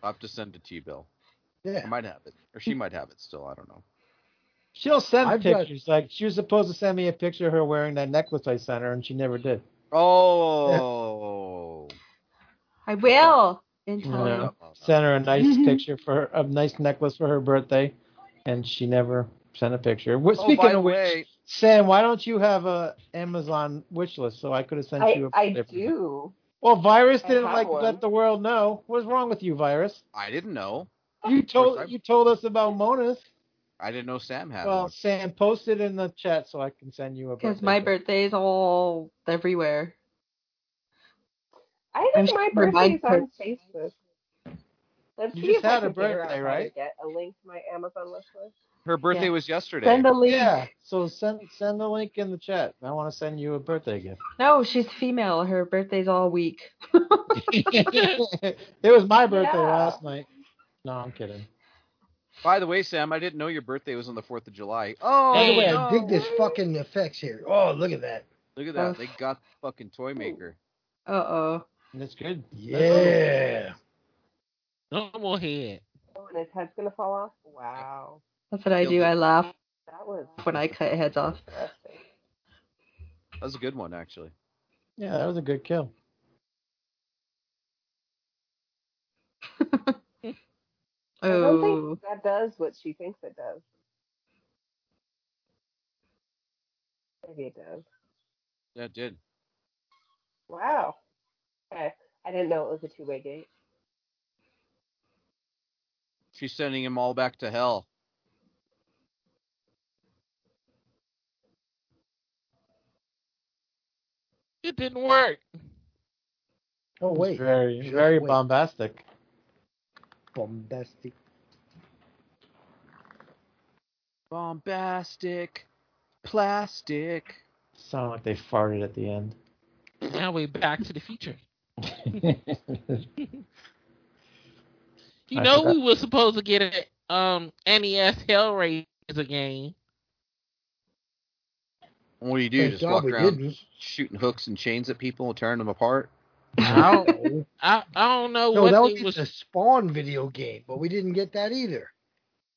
Speaker 1: I have to send it to you, Bill. I
Speaker 4: Yeah.
Speaker 1: might have it, or she might have it still. I don't know.
Speaker 8: She'll send
Speaker 4: I've got-
Speaker 8: pictures. Like she was supposed to send me a picture of her wearing that necklace I sent her, and she never did.
Speaker 1: Oh.
Speaker 10: I will in
Speaker 8: No.
Speaker 10: time.
Speaker 8: Sent her a nice
Speaker 7: Mm-hmm.
Speaker 8: picture for her, a nice necklace for her birthday, and she never sent a picture. Wh-
Speaker 1: Oh,
Speaker 8: Speaking
Speaker 1: by the
Speaker 8: of which,
Speaker 1: way,
Speaker 8: Sam, why don't you have a Amazon wish list so I could have sent
Speaker 7: I,
Speaker 8: you a
Speaker 7: I do.
Speaker 8: Well, Virus
Speaker 7: I
Speaker 8: didn't
Speaker 7: have
Speaker 8: like
Speaker 7: one.
Speaker 8: let the world know. What's wrong with you, Virus?
Speaker 1: I didn't know.
Speaker 8: You told
Speaker 1: I'm-
Speaker 8: you told us about Mona's.
Speaker 1: I didn't know Sam had
Speaker 8: Well,
Speaker 1: one.
Speaker 8: Sam posted in the chat so I can send you a
Speaker 10: Because
Speaker 8: birthday.
Speaker 10: my
Speaker 8: gift.
Speaker 10: birthday's all everywhere.
Speaker 7: I
Speaker 10: I'm
Speaker 7: think my
Speaker 10: sure
Speaker 7: birthday
Speaker 10: mine
Speaker 7: is on
Speaker 10: hurts.
Speaker 7: Facebook. Let's
Speaker 8: You
Speaker 7: see if
Speaker 8: just
Speaker 7: I
Speaker 8: had a
Speaker 7: can figure out
Speaker 8: birthday,
Speaker 7: how to
Speaker 8: right?
Speaker 7: get a link to my Amazon wish list.
Speaker 1: Her birthday
Speaker 10: Yeah.
Speaker 1: was yesterday.
Speaker 10: Send a link.
Speaker 8: Yeah. So send send the link in the chat. I want to send you a birthday gift.
Speaker 10: No, she's female. Her birthday's all week.
Speaker 8: it was my birthday
Speaker 7: Yeah.
Speaker 8: last night. No, I'm kidding.
Speaker 1: By the way, Sam, I didn't know your birthday was on the Fourth of July. Oh,
Speaker 4: By the way,
Speaker 1: no
Speaker 4: I dig this
Speaker 1: way.
Speaker 4: fucking effects here. Oh, look at that.
Speaker 1: Look at
Speaker 4: Oh.
Speaker 1: that!
Speaker 10: Oof.
Speaker 1: They got the fucking toy maker.
Speaker 10: Uh oh.
Speaker 8: And it's good.
Speaker 4: Yeah.
Speaker 9: No more head.
Speaker 7: Oh, and his head's gonna fall off. Wow,
Speaker 10: That's what I
Speaker 1: Killed
Speaker 10: do.
Speaker 1: it.
Speaker 10: I laugh
Speaker 7: that was
Speaker 10: when I cut heads off.
Speaker 7: interesting.
Speaker 1: That was a good one, actually.
Speaker 8: Yeah, that was a good kill.
Speaker 7: I don't
Speaker 10: Oh.
Speaker 7: think that does what she thinks it does. Maybe it does.
Speaker 1: Yeah, it did.
Speaker 7: Wow. Okay. I didn't know it was a two-way gate.
Speaker 1: She's sending him all back to hell.
Speaker 9: It didn't work.
Speaker 4: Oh,
Speaker 8: It was
Speaker 4: wait.
Speaker 8: very
Speaker 4: Just
Speaker 8: very
Speaker 4: wait.
Speaker 8: bombastic.
Speaker 4: Bombastic.
Speaker 1: Bombastic, plastic.
Speaker 8: Sound like they farted at the end.
Speaker 9: Now we back to the future. You
Speaker 8: I
Speaker 9: know
Speaker 8: forgot.
Speaker 9: we were supposed to get a um NES Hellraiser game.
Speaker 1: What do you do?
Speaker 4: Thank
Speaker 1: Just
Speaker 4: God
Speaker 1: walk
Speaker 4: we
Speaker 1: around
Speaker 4: didn't.
Speaker 1: shooting hooks and chains at people and tearing them apart?
Speaker 9: I don't,
Speaker 4: No,
Speaker 9: I, I don't know
Speaker 4: no
Speaker 9: what
Speaker 4: that
Speaker 9: they
Speaker 4: was
Speaker 9: was.
Speaker 4: just a Spawn video game, but we didn't get that either.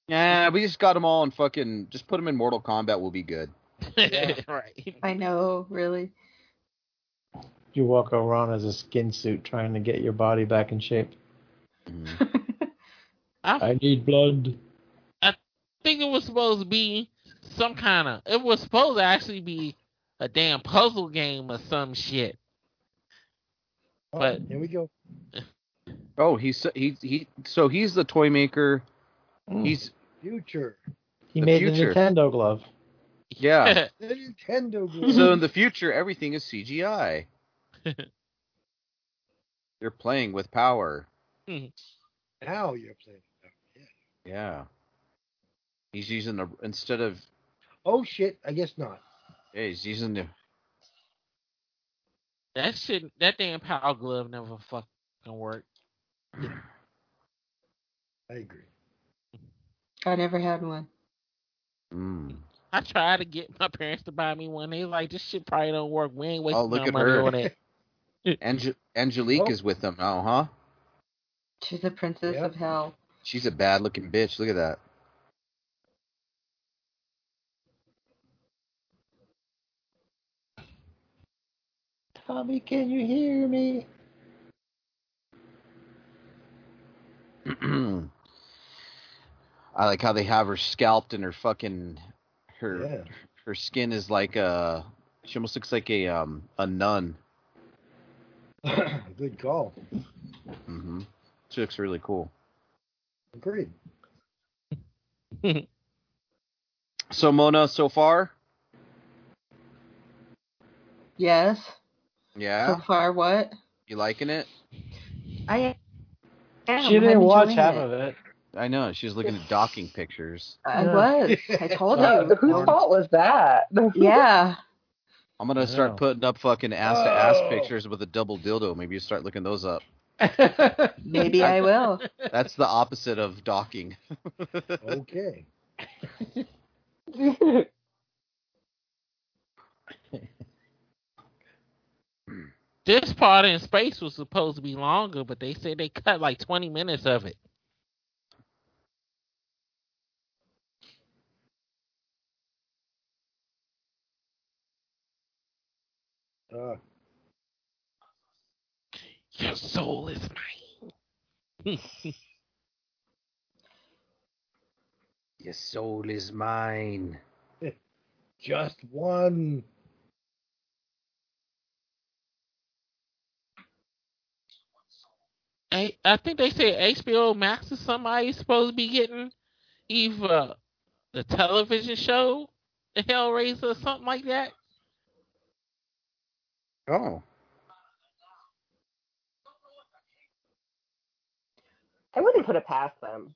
Speaker 1: Nah, we just got them all and fucking just put them in Mortal Kombat. We'll be good.
Speaker 4: Yeah.
Speaker 9: right.
Speaker 10: I know, really.
Speaker 8: You walk around as a skin suit trying to get your body back in shape.
Speaker 4: Mm-hmm.
Speaker 9: I
Speaker 8: I need blood.
Speaker 9: think it was supposed to be some kind of. It was supposed to actually be a damn puzzle game or some shit.
Speaker 4: Oh,
Speaker 9: But-
Speaker 4: here we go.
Speaker 1: Oh, he's he he. So he's the toy maker.
Speaker 4: Mm.
Speaker 1: He's
Speaker 4: Future.
Speaker 8: He
Speaker 1: The
Speaker 8: made
Speaker 1: future.
Speaker 8: the Nintendo glove.
Speaker 1: yeah.
Speaker 4: The Nintendo game.
Speaker 1: so in the future, everything is CGI. They're playing with power.
Speaker 4: now you're playing.
Speaker 1: Yeah. He's using a instead of
Speaker 4: Oh shit! I guess not.
Speaker 1: yeah, he's using the
Speaker 9: that shit, that damn power glove never fucking worked.
Speaker 4: I agree.
Speaker 10: I never had one.
Speaker 1: mm.
Speaker 9: I tried to get my parents to buy me one. They was like, this shit probably don't work. We ain't wasting
Speaker 1: oh, look
Speaker 9: no
Speaker 1: at
Speaker 9: money on
Speaker 1: her.
Speaker 9: it.
Speaker 1: Ange- Angelique is with them now, huh?
Speaker 10: She's the princess of hell.
Speaker 1: She's a bad looking bitch. Look at that.
Speaker 8: Tommy, can you hear me?
Speaker 1: I like how they have her scalped and her fucking her her skin is like a she almost looks like a um a nun.
Speaker 4: Good call.
Speaker 1: hmm She looks really cool.
Speaker 4: Agreed.
Speaker 1: So Mona, so far,
Speaker 10: Yes.
Speaker 1: yeah,
Speaker 10: So far, what?
Speaker 1: you liking it?
Speaker 10: I am.
Speaker 8: She
Speaker 10: I'm
Speaker 8: didn't watch
Speaker 10: enjoying
Speaker 8: half
Speaker 10: it.
Speaker 8: of it.
Speaker 1: I know she's looking at docking pictures.
Speaker 10: I was. I told
Speaker 7: Uh,
Speaker 10: you.
Speaker 7: whose fault was that?
Speaker 10: Yeah.
Speaker 1: I'm gonna start putting up fucking ass to ass pictures with a double dildo. Maybe you start looking those up.
Speaker 10: Maybe I will.
Speaker 1: That's the opposite of docking.
Speaker 4: Okay.
Speaker 9: This part in space was supposed to be longer, but they said they cut like 20 minutes of it.
Speaker 4: Uh,
Speaker 9: Your soul is mine.
Speaker 1: Your soul is mine.
Speaker 4: just one.
Speaker 9: I, I think they said HBO Max is somebody's supposed to be getting either the television show, the Hellraiser, or something like that.
Speaker 1: Oh.
Speaker 7: I wouldn't put it past them.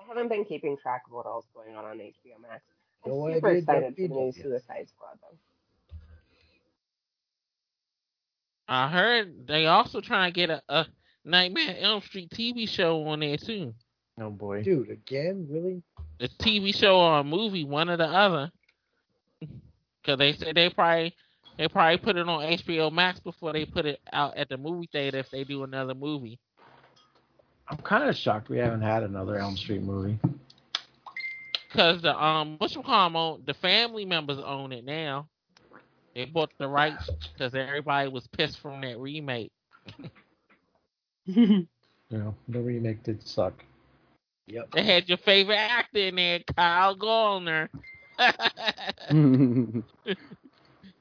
Speaker 7: I haven't been keeping track of what all's going on on HBO Max. I'm
Speaker 4: No
Speaker 7: super
Speaker 4: idea,
Speaker 7: excited
Speaker 4: don't
Speaker 7: for the new
Speaker 4: feed
Speaker 7: Suicide Squad though.
Speaker 9: I heard they also trying to get a, a Nightmare on Elm Street TV show on there too.
Speaker 8: Oh boy.
Speaker 4: Dude, again? Really?
Speaker 9: A TV show or a movie, one or the other. Because they said they probably they probably put it on HBO Max before they put it out at the movie theater if they do another movie.
Speaker 8: I'm kind of shocked we haven't had another Elm Street movie.
Speaker 9: Because the um, what's own the family members own it now. They bought the rights because everybody was pissed from that remake.
Speaker 8: You know, the remake did suck.
Speaker 4: Yep.
Speaker 9: They had your favorite actor in there, Kyle Gallner.
Speaker 1: the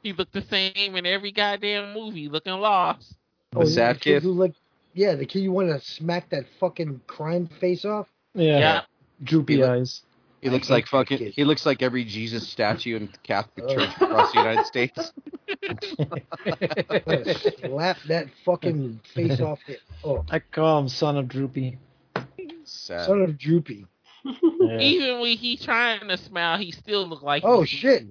Speaker 9: he looked the same in every goddamn movie, looking lost.
Speaker 4: Oh,
Speaker 1: sad
Speaker 4: the kid
Speaker 1: kid.
Speaker 4: who looked, yeah, the kid you want to smack that fucking crime face off?
Speaker 8: Yeah.
Speaker 9: Yeah.
Speaker 8: Droopy
Speaker 1: He look-
Speaker 8: eyes.
Speaker 1: He looks
Speaker 4: I hate
Speaker 1: like fucking.
Speaker 4: that kid.
Speaker 1: He looks like every Jesus statue in Catholic
Speaker 4: Ugh.
Speaker 1: Church across the United States.
Speaker 4: I'm gonna slap that fucking face off him. Oh,
Speaker 8: I call him son of Droopy.
Speaker 1: Sad.
Speaker 4: son of droopy.
Speaker 8: Yeah.
Speaker 9: Even when he trying to smile, he still look like
Speaker 4: Oh
Speaker 9: he's-
Speaker 4: shit.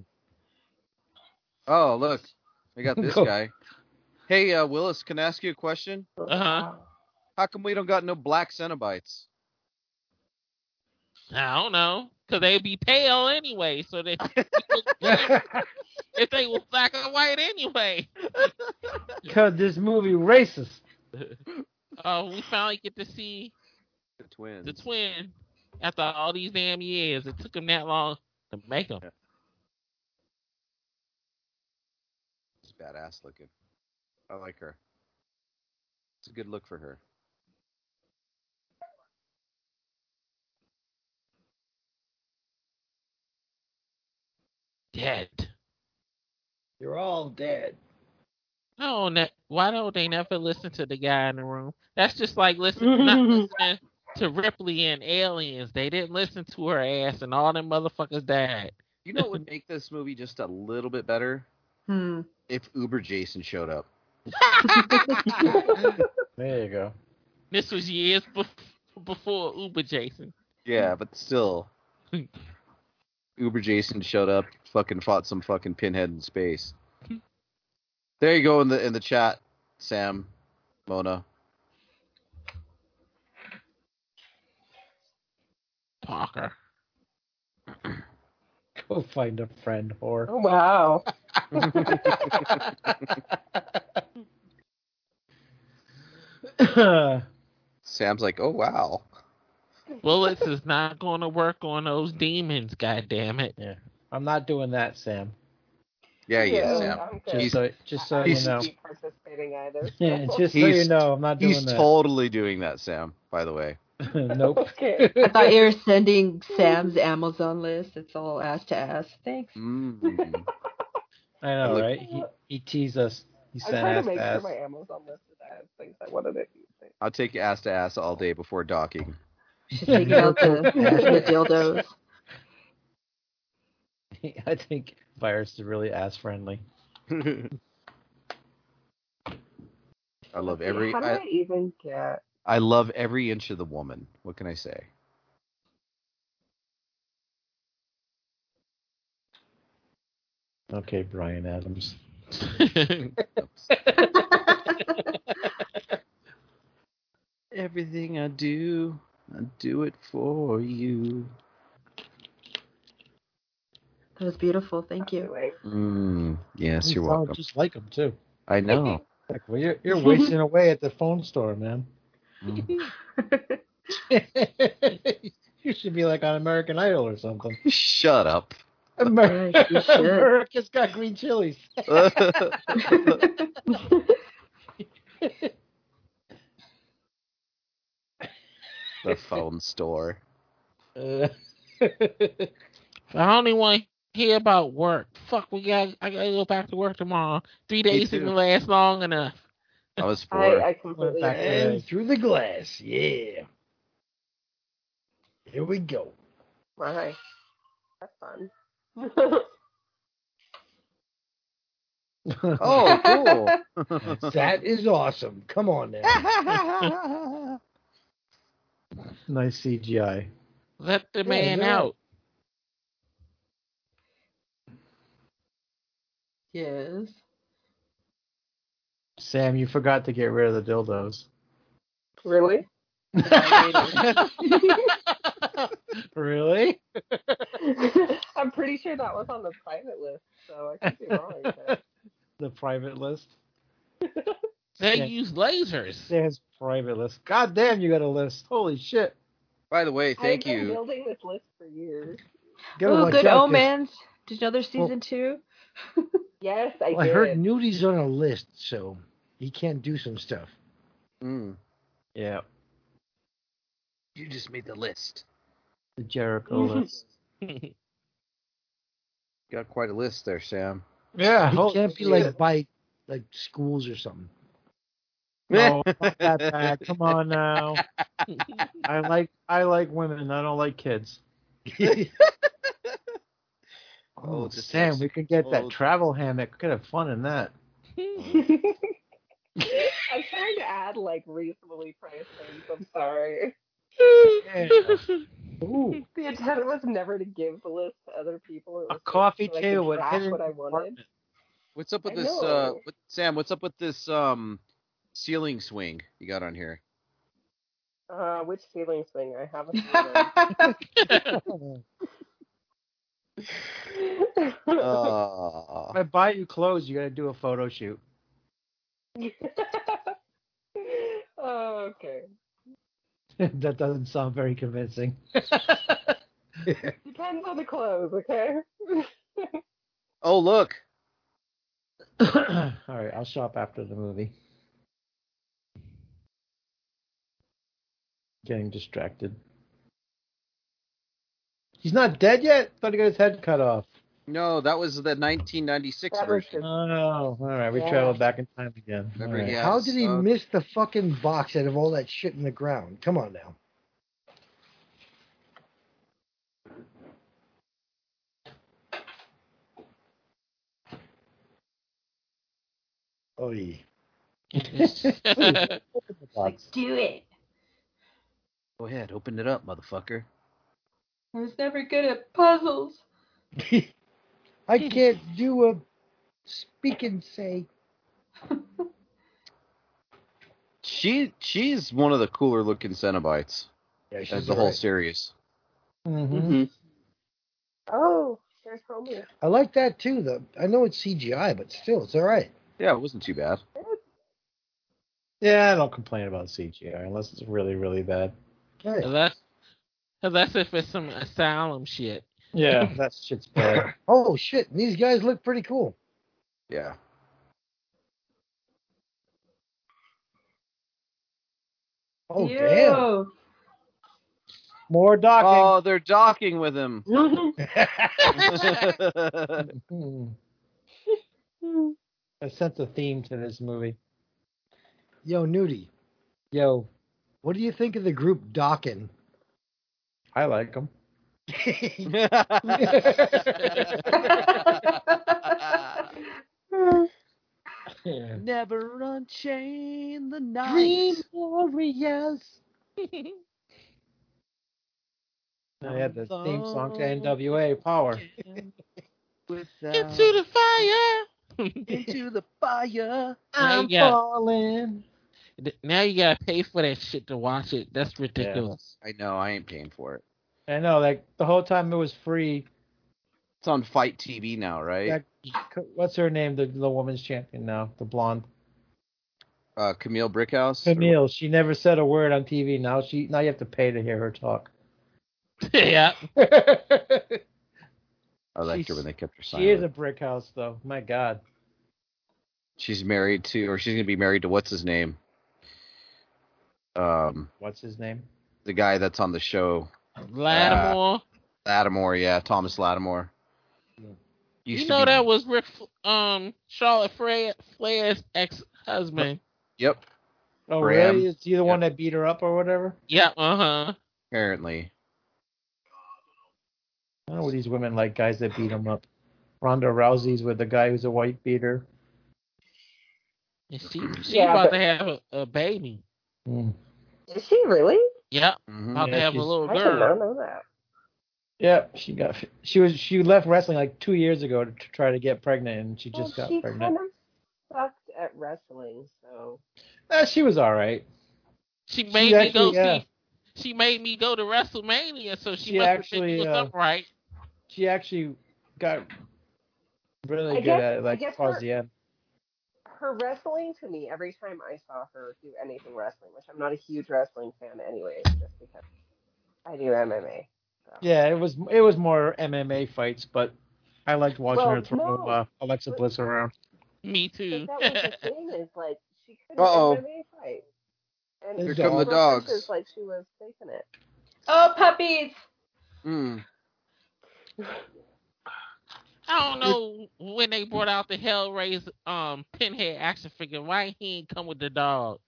Speaker 1: Oh look, we got this
Speaker 8: Go.
Speaker 1: guy. Hey uh, Willis, can I ask you a question?
Speaker 9: Uh-huh.
Speaker 1: How come we don't got no black Cenobites?
Speaker 9: I don't know, cause they'd be pale anyway. So they if they were black or white anyway.
Speaker 8: Cause this movie racist.
Speaker 9: Oh, we finally get to see
Speaker 1: The twins.
Speaker 9: the twin after all these damn years. It took him that long to make him.
Speaker 1: She's badass looking. I like her. It's a good look for her.
Speaker 9: Dead.
Speaker 4: You're all dead.
Speaker 9: No, ne- why don't they never listen to the guy in the room? That's just like listen, not listening to Ripley and Aliens. They didn't listen to her ass, and all them motherfuckers died.
Speaker 1: You know what would make this movie just a little bit better
Speaker 10: hmm.
Speaker 1: if Uber Jason showed up.
Speaker 8: There you go.
Speaker 9: This was years bef- before Uber Jason.
Speaker 1: Yeah, but still, Uber Jason showed up, fucking fought some fucking pinhead in space. There you go in the in the chat, Sam, Mona.
Speaker 9: Parker.
Speaker 8: Go find a friend or
Speaker 7: Oh, wow.
Speaker 1: Sam's like, oh wow.
Speaker 9: Bullets is not going to work on those demons. God damn it.
Speaker 8: Yeah. I'm not doing that, Sam.
Speaker 1: Yeah, he
Speaker 7: Yeah,
Speaker 1: is Sam.
Speaker 7: I'm good.
Speaker 8: Just so, just so
Speaker 7: I
Speaker 8: you
Speaker 1: he's-
Speaker 8: know.
Speaker 7: wouldn't be participating either.
Speaker 8: Yeah,
Speaker 7: so-
Speaker 8: just so you
Speaker 1: He's-
Speaker 8: know, I'm not
Speaker 1: He's
Speaker 8: doing that.
Speaker 1: totally doing that, Sam. By the way,
Speaker 8: nope.
Speaker 7: okay.
Speaker 10: I thought you were sending Sam's Amazon list. It's all ass to ass. Thanks.
Speaker 1: Mm.
Speaker 8: I know,
Speaker 1: Look-
Speaker 8: right? He he teased us. He
Speaker 7: I'm
Speaker 8: sent
Speaker 7: trying
Speaker 8: ass
Speaker 7: to make
Speaker 8: to
Speaker 7: sure
Speaker 8: ass.
Speaker 7: my Amazon list is ads, things I wanted it.
Speaker 1: I'll take ass to ass all day before docking.
Speaker 10: Should take out the, the dildos.
Speaker 8: I think virus is really ass friendly.
Speaker 1: I love every
Speaker 7: How do I,
Speaker 1: I,
Speaker 7: even get?
Speaker 1: I love every inch of the woman. What can I say?
Speaker 8: Okay, Brian Adams.
Speaker 1: Everything I do, I do it for you.
Speaker 10: That was beautiful. Thank you.
Speaker 7: Anyway,
Speaker 1: Mm, yes,
Speaker 8: You
Speaker 1: you're
Speaker 8: sound
Speaker 1: welcome.
Speaker 8: Just like him too.
Speaker 1: I know.
Speaker 8: Heck, well, you're you're wasting away at the phone store, man.
Speaker 1: Mm.
Speaker 8: you should be like on American Idol or something.
Speaker 1: Shut up.
Speaker 8: Amer-
Speaker 10: Yes, you should.
Speaker 8: America's got green chilies.
Speaker 1: the phone store.
Speaker 8: Uh,
Speaker 9: I don't even want to hear about work. Fuck, we got. I gotta go back to work tomorrow. Three days
Speaker 1: too.
Speaker 9: didn't last long enough.
Speaker 1: I was
Speaker 7: I,
Speaker 1: poor.
Speaker 7: I completely
Speaker 8: back
Speaker 7: agree.
Speaker 8: to-
Speaker 4: And through the glass, yeah. Here we go.
Speaker 7: Why? That's fun.
Speaker 1: oh, cool.
Speaker 4: That is awesome. Come on now.
Speaker 8: nice CGI.
Speaker 9: Let the
Speaker 4: Yeah,
Speaker 9: man
Speaker 4: no.
Speaker 9: out.
Speaker 10: yes.
Speaker 8: Sam, you forgot to get rid of the dildos.
Speaker 7: really?
Speaker 8: really?
Speaker 7: I'm pretty sure that was on the private list, so I could be wrong. But
Speaker 8: The private list.
Speaker 9: They
Speaker 8: Yeah.
Speaker 9: use lasers.
Speaker 8: Sam's private list. God damn, you got a list. Holy shit.
Speaker 1: By the way, thank
Speaker 7: I've been
Speaker 1: you.
Speaker 7: building this list for years.
Speaker 4: Gotta
Speaker 10: Oh,
Speaker 4: watch
Speaker 10: good
Speaker 4: out, 'cause-
Speaker 10: omens. Did you know
Speaker 8: Oh.
Speaker 10: there's season two?
Speaker 7: Yes, I
Speaker 4: well, I
Speaker 7: did.
Speaker 4: heard Nudie's on a list, so he can't do some stuff.
Speaker 1: Mm.
Speaker 8: Yeah,
Speaker 1: You just made the list.
Speaker 8: the Jericho list.
Speaker 1: Got quite a list there, Sam.
Speaker 8: Yeah,
Speaker 4: He
Speaker 8: holy
Speaker 4: can't be
Speaker 8: shit.
Speaker 4: like by like schools or something.
Speaker 8: No, not Oh, that bad. Come on now. I like I like women. I don't like kids.
Speaker 1: Oh,
Speaker 8: Oh,
Speaker 1: this
Speaker 8: Sam,
Speaker 1: is-
Speaker 8: we could get
Speaker 1: oh.
Speaker 8: that travel hammock. We could have fun in that.
Speaker 7: I'm trying to add like reasonably priced things. I'm sorry.
Speaker 8: Yeah. Ooh,
Speaker 7: The intent was never to give the list to other people. It
Speaker 8: a
Speaker 7: was
Speaker 8: coffee
Speaker 7: so I could
Speaker 8: table with
Speaker 7: track
Speaker 8: hidden
Speaker 7: what I wanted.
Speaker 8: compartment.
Speaker 1: What's up with
Speaker 7: I
Speaker 1: this, uh,
Speaker 7: know.
Speaker 1: what, Sam? What's up with this um ceiling swing you got on here?
Speaker 7: Uh, which ceiling swing? I have a ceiling.
Speaker 1: Uh,
Speaker 8: If I buy you clothes, you gotta do a photo shoot.
Speaker 7: oh, okay.
Speaker 8: that doesn't sound very convincing.
Speaker 7: Depends on the clothes, okay?
Speaker 1: oh, look.
Speaker 8: All right, I'll shop after the movie. Getting distracted. He's not dead yet. Thought he got his head cut off.
Speaker 1: No, that was the 1996
Speaker 7: That was
Speaker 1: version.
Speaker 8: Oh,
Speaker 7: just
Speaker 8: all right. We
Speaker 7: Yeah.
Speaker 8: traveled back in time again. All
Speaker 1: Remember,
Speaker 8: right.
Speaker 1: yeah.
Speaker 4: How did he
Speaker 1: uh,
Speaker 4: miss the fucking box out of all that shit in the ground? Come on now. Oh,
Speaker 10: Like, do it.
Speaker 1: Go ahead, open it up, motherfucker.
Speaker 10: I was never good at puzzles.
Speaker 4: I can't do a speak and say.
Speaker 1: She she's one of the cooler looking Cenobites
Speaker 4: Yeah,
Speaker 1: of
Speaker 4: she's
Speaker 1: the whole
Speaker 4: alright.
Speaker 1: series.
Speaker 4: Mm-hmm.
Speaker 7: Oh, there's Homie.
Speaker 4: I like that too, though. I know it's CGI, but still, it's all right.
Speaker 1: Yeah, it wasn't too bad.
Speaker 8: Yeah, I don't complain about CGI unless it's really, really bad.
Speaker 9: Unless, unless if it's some asylum shit.
Speaker 8: Yeah, that shit's bad.
Speaker 4: Oh shit, these guys look pretty cool.
Speaker 1: Yeah.
Speaker 4: Oh
Speaker 10: Ew.
Speaker 4: damn.
Speaker 8: More docking.
Speaker 1: Oh, they're docking with him.
Speaker 4: Mm-hmm.
Speaker 8: Mhm. I sense a theme to this movie.
Speaker 4: Yo, Nudie,
Speaker 8: Yo,
Speaker 4: what do you think of the group Dockin?
Speaker 8: I like them. Yeah.
Speaker 1: Never unchain the night.
Speaker 4: Warriors.
Speaker 8: I had the theme song to NWA Power.
Speaker 9: Into the fire.
Speaker 1: into the fire.
Speaker 9: I'm Yeah.
Speaker 8: falling.
Speaker 9: Th- Now you gotta pay for that shit to watch it. That's ridiculous.
Speaker 1: I know, I ain't paying for it.
Speaker 8: I know, like the whole time it was free.
Speaker 1: It's on Fight TV now, right?
Speaker 8: That, what's her name? The the woman's champion now, the blonde.
Speaker 1: Uh, Camille Brickhouse. or-
Speaker 8: Camille. She never said a word on TV. Now she now you have to pay to hear her talk.
Speaker 9: Yeah.
Speaker 8: she
Speaker 1: I liked her
Speaker 8: she's-
Speaker 1: when they kept her
Speaker 8: is
Speaker 1: silent.
Speaker 8: a brick house though. My God.
Speaker 1: She's married to, or she's gonna be married to what's his name? Um,
Speaker 8: What's his name?
Speaker 1: the guy that's on the show,
Speaker 9: Lattimore.
Speaker 1: Lattimore. Yeah, Thomas Lattimore. Used
Speaker 9: you
Speaker 1: to
Speaker 9: know
Speaker 1: be-
Speaker 9: that was Rick, um, Charlotte Flair, Flair's ex husband.
Speaker 1: Yep,
Speaker 8: Oh
Speaker 1: Graham.
Speaker 8: really? Is he the one that beat her up or whatever?
Speaker 9: Yeah. Uh huh.
Speaker 1: apparently.
Speaker 8: I don't know what these women like guys that beat them up. Ronda Rousey's with the guy who's a white beater.
Speaker 9: And she she
Speaker 7: Yeah,
Speaker 9: about
Speaker 7: but-
Speaker 9: to have a, a baby.
Speaker 8: Mm-hmm.
Speaker 7: Is she really?
Speaker 9: Yep.
Speaker 1: Mhm.
Speaker 9: About
Speaker 8: Yeah,
Speaker 9: to have a
Speaker 8: she's-
Speaker 9: little
Speaker 7: I did
Speaker 9: girl.
Speaker 7: not know that.
Speaker 8: Yep, she got she was she left wrestling like two years ago to, to try to get pregnant, and she just
Speaker 7: well, Oh,
Speaker 8: got
Speaker 7: she kind
Speaker 8: pregnant.
Speaker 7: of sucked at wrestling, so
Speaker 8: Eh, she was all right.
Speaker 9: She made me
Speaker 8: actually-
Speaker 9: go
Speaker 8: yeah.
Speaker 9: see. She made me go to WrestleMania, so she,
Speaker 8: She
Speaker 9: must
Speaker 8: actually,
Speaker 9: have been
Speaker 8: uh,
Speaker 9: doing something right.
Speaker 8: She actually got really
Speaker 7: I
Speaker 8: good
Speaker 7: guess-
Speaker 8: at
Speaker 7: I
Speaker 8: it, like
Speaker 7: guess
Speaker 8: towards
Speaker 7: her-
Speaker 8: the end.
Speaker 7: her wrestling to me every time I saw her do anything wrestling, which I'm not a huge wrestling fan anyway, just because I do MMA.
Speaker 8: Yeah, it was it was more MMA fights, but I liked watching
Speaker 7: Well,
Speaker 8: her throw
Speaker 7: no.
Speaker 8: uh, Alexa
Speaker 7: But-
Speaker 8: Bliss around.
Speaker 9: Me too.
Speaker 10: Mm.
Speaker 7: But that was the thing is like she couldn't
Speaker 1: Uh-oh.
Speaker 7: MMA fight. And
Speaker 8: Here
Speaker 7: she
Speaker 8: come the
Speaker 7: threw
Speaker 1: dogs.
Speaker 7: punches Like she was faking it.
Speaker 10: Oh, puppies!
Speaker 8: Hmm.
Speaker 1: Mm.
Speaker 9: I don't know when they brought out the Hellraiser um Pinhead action figure. Why he ain't come with the dog?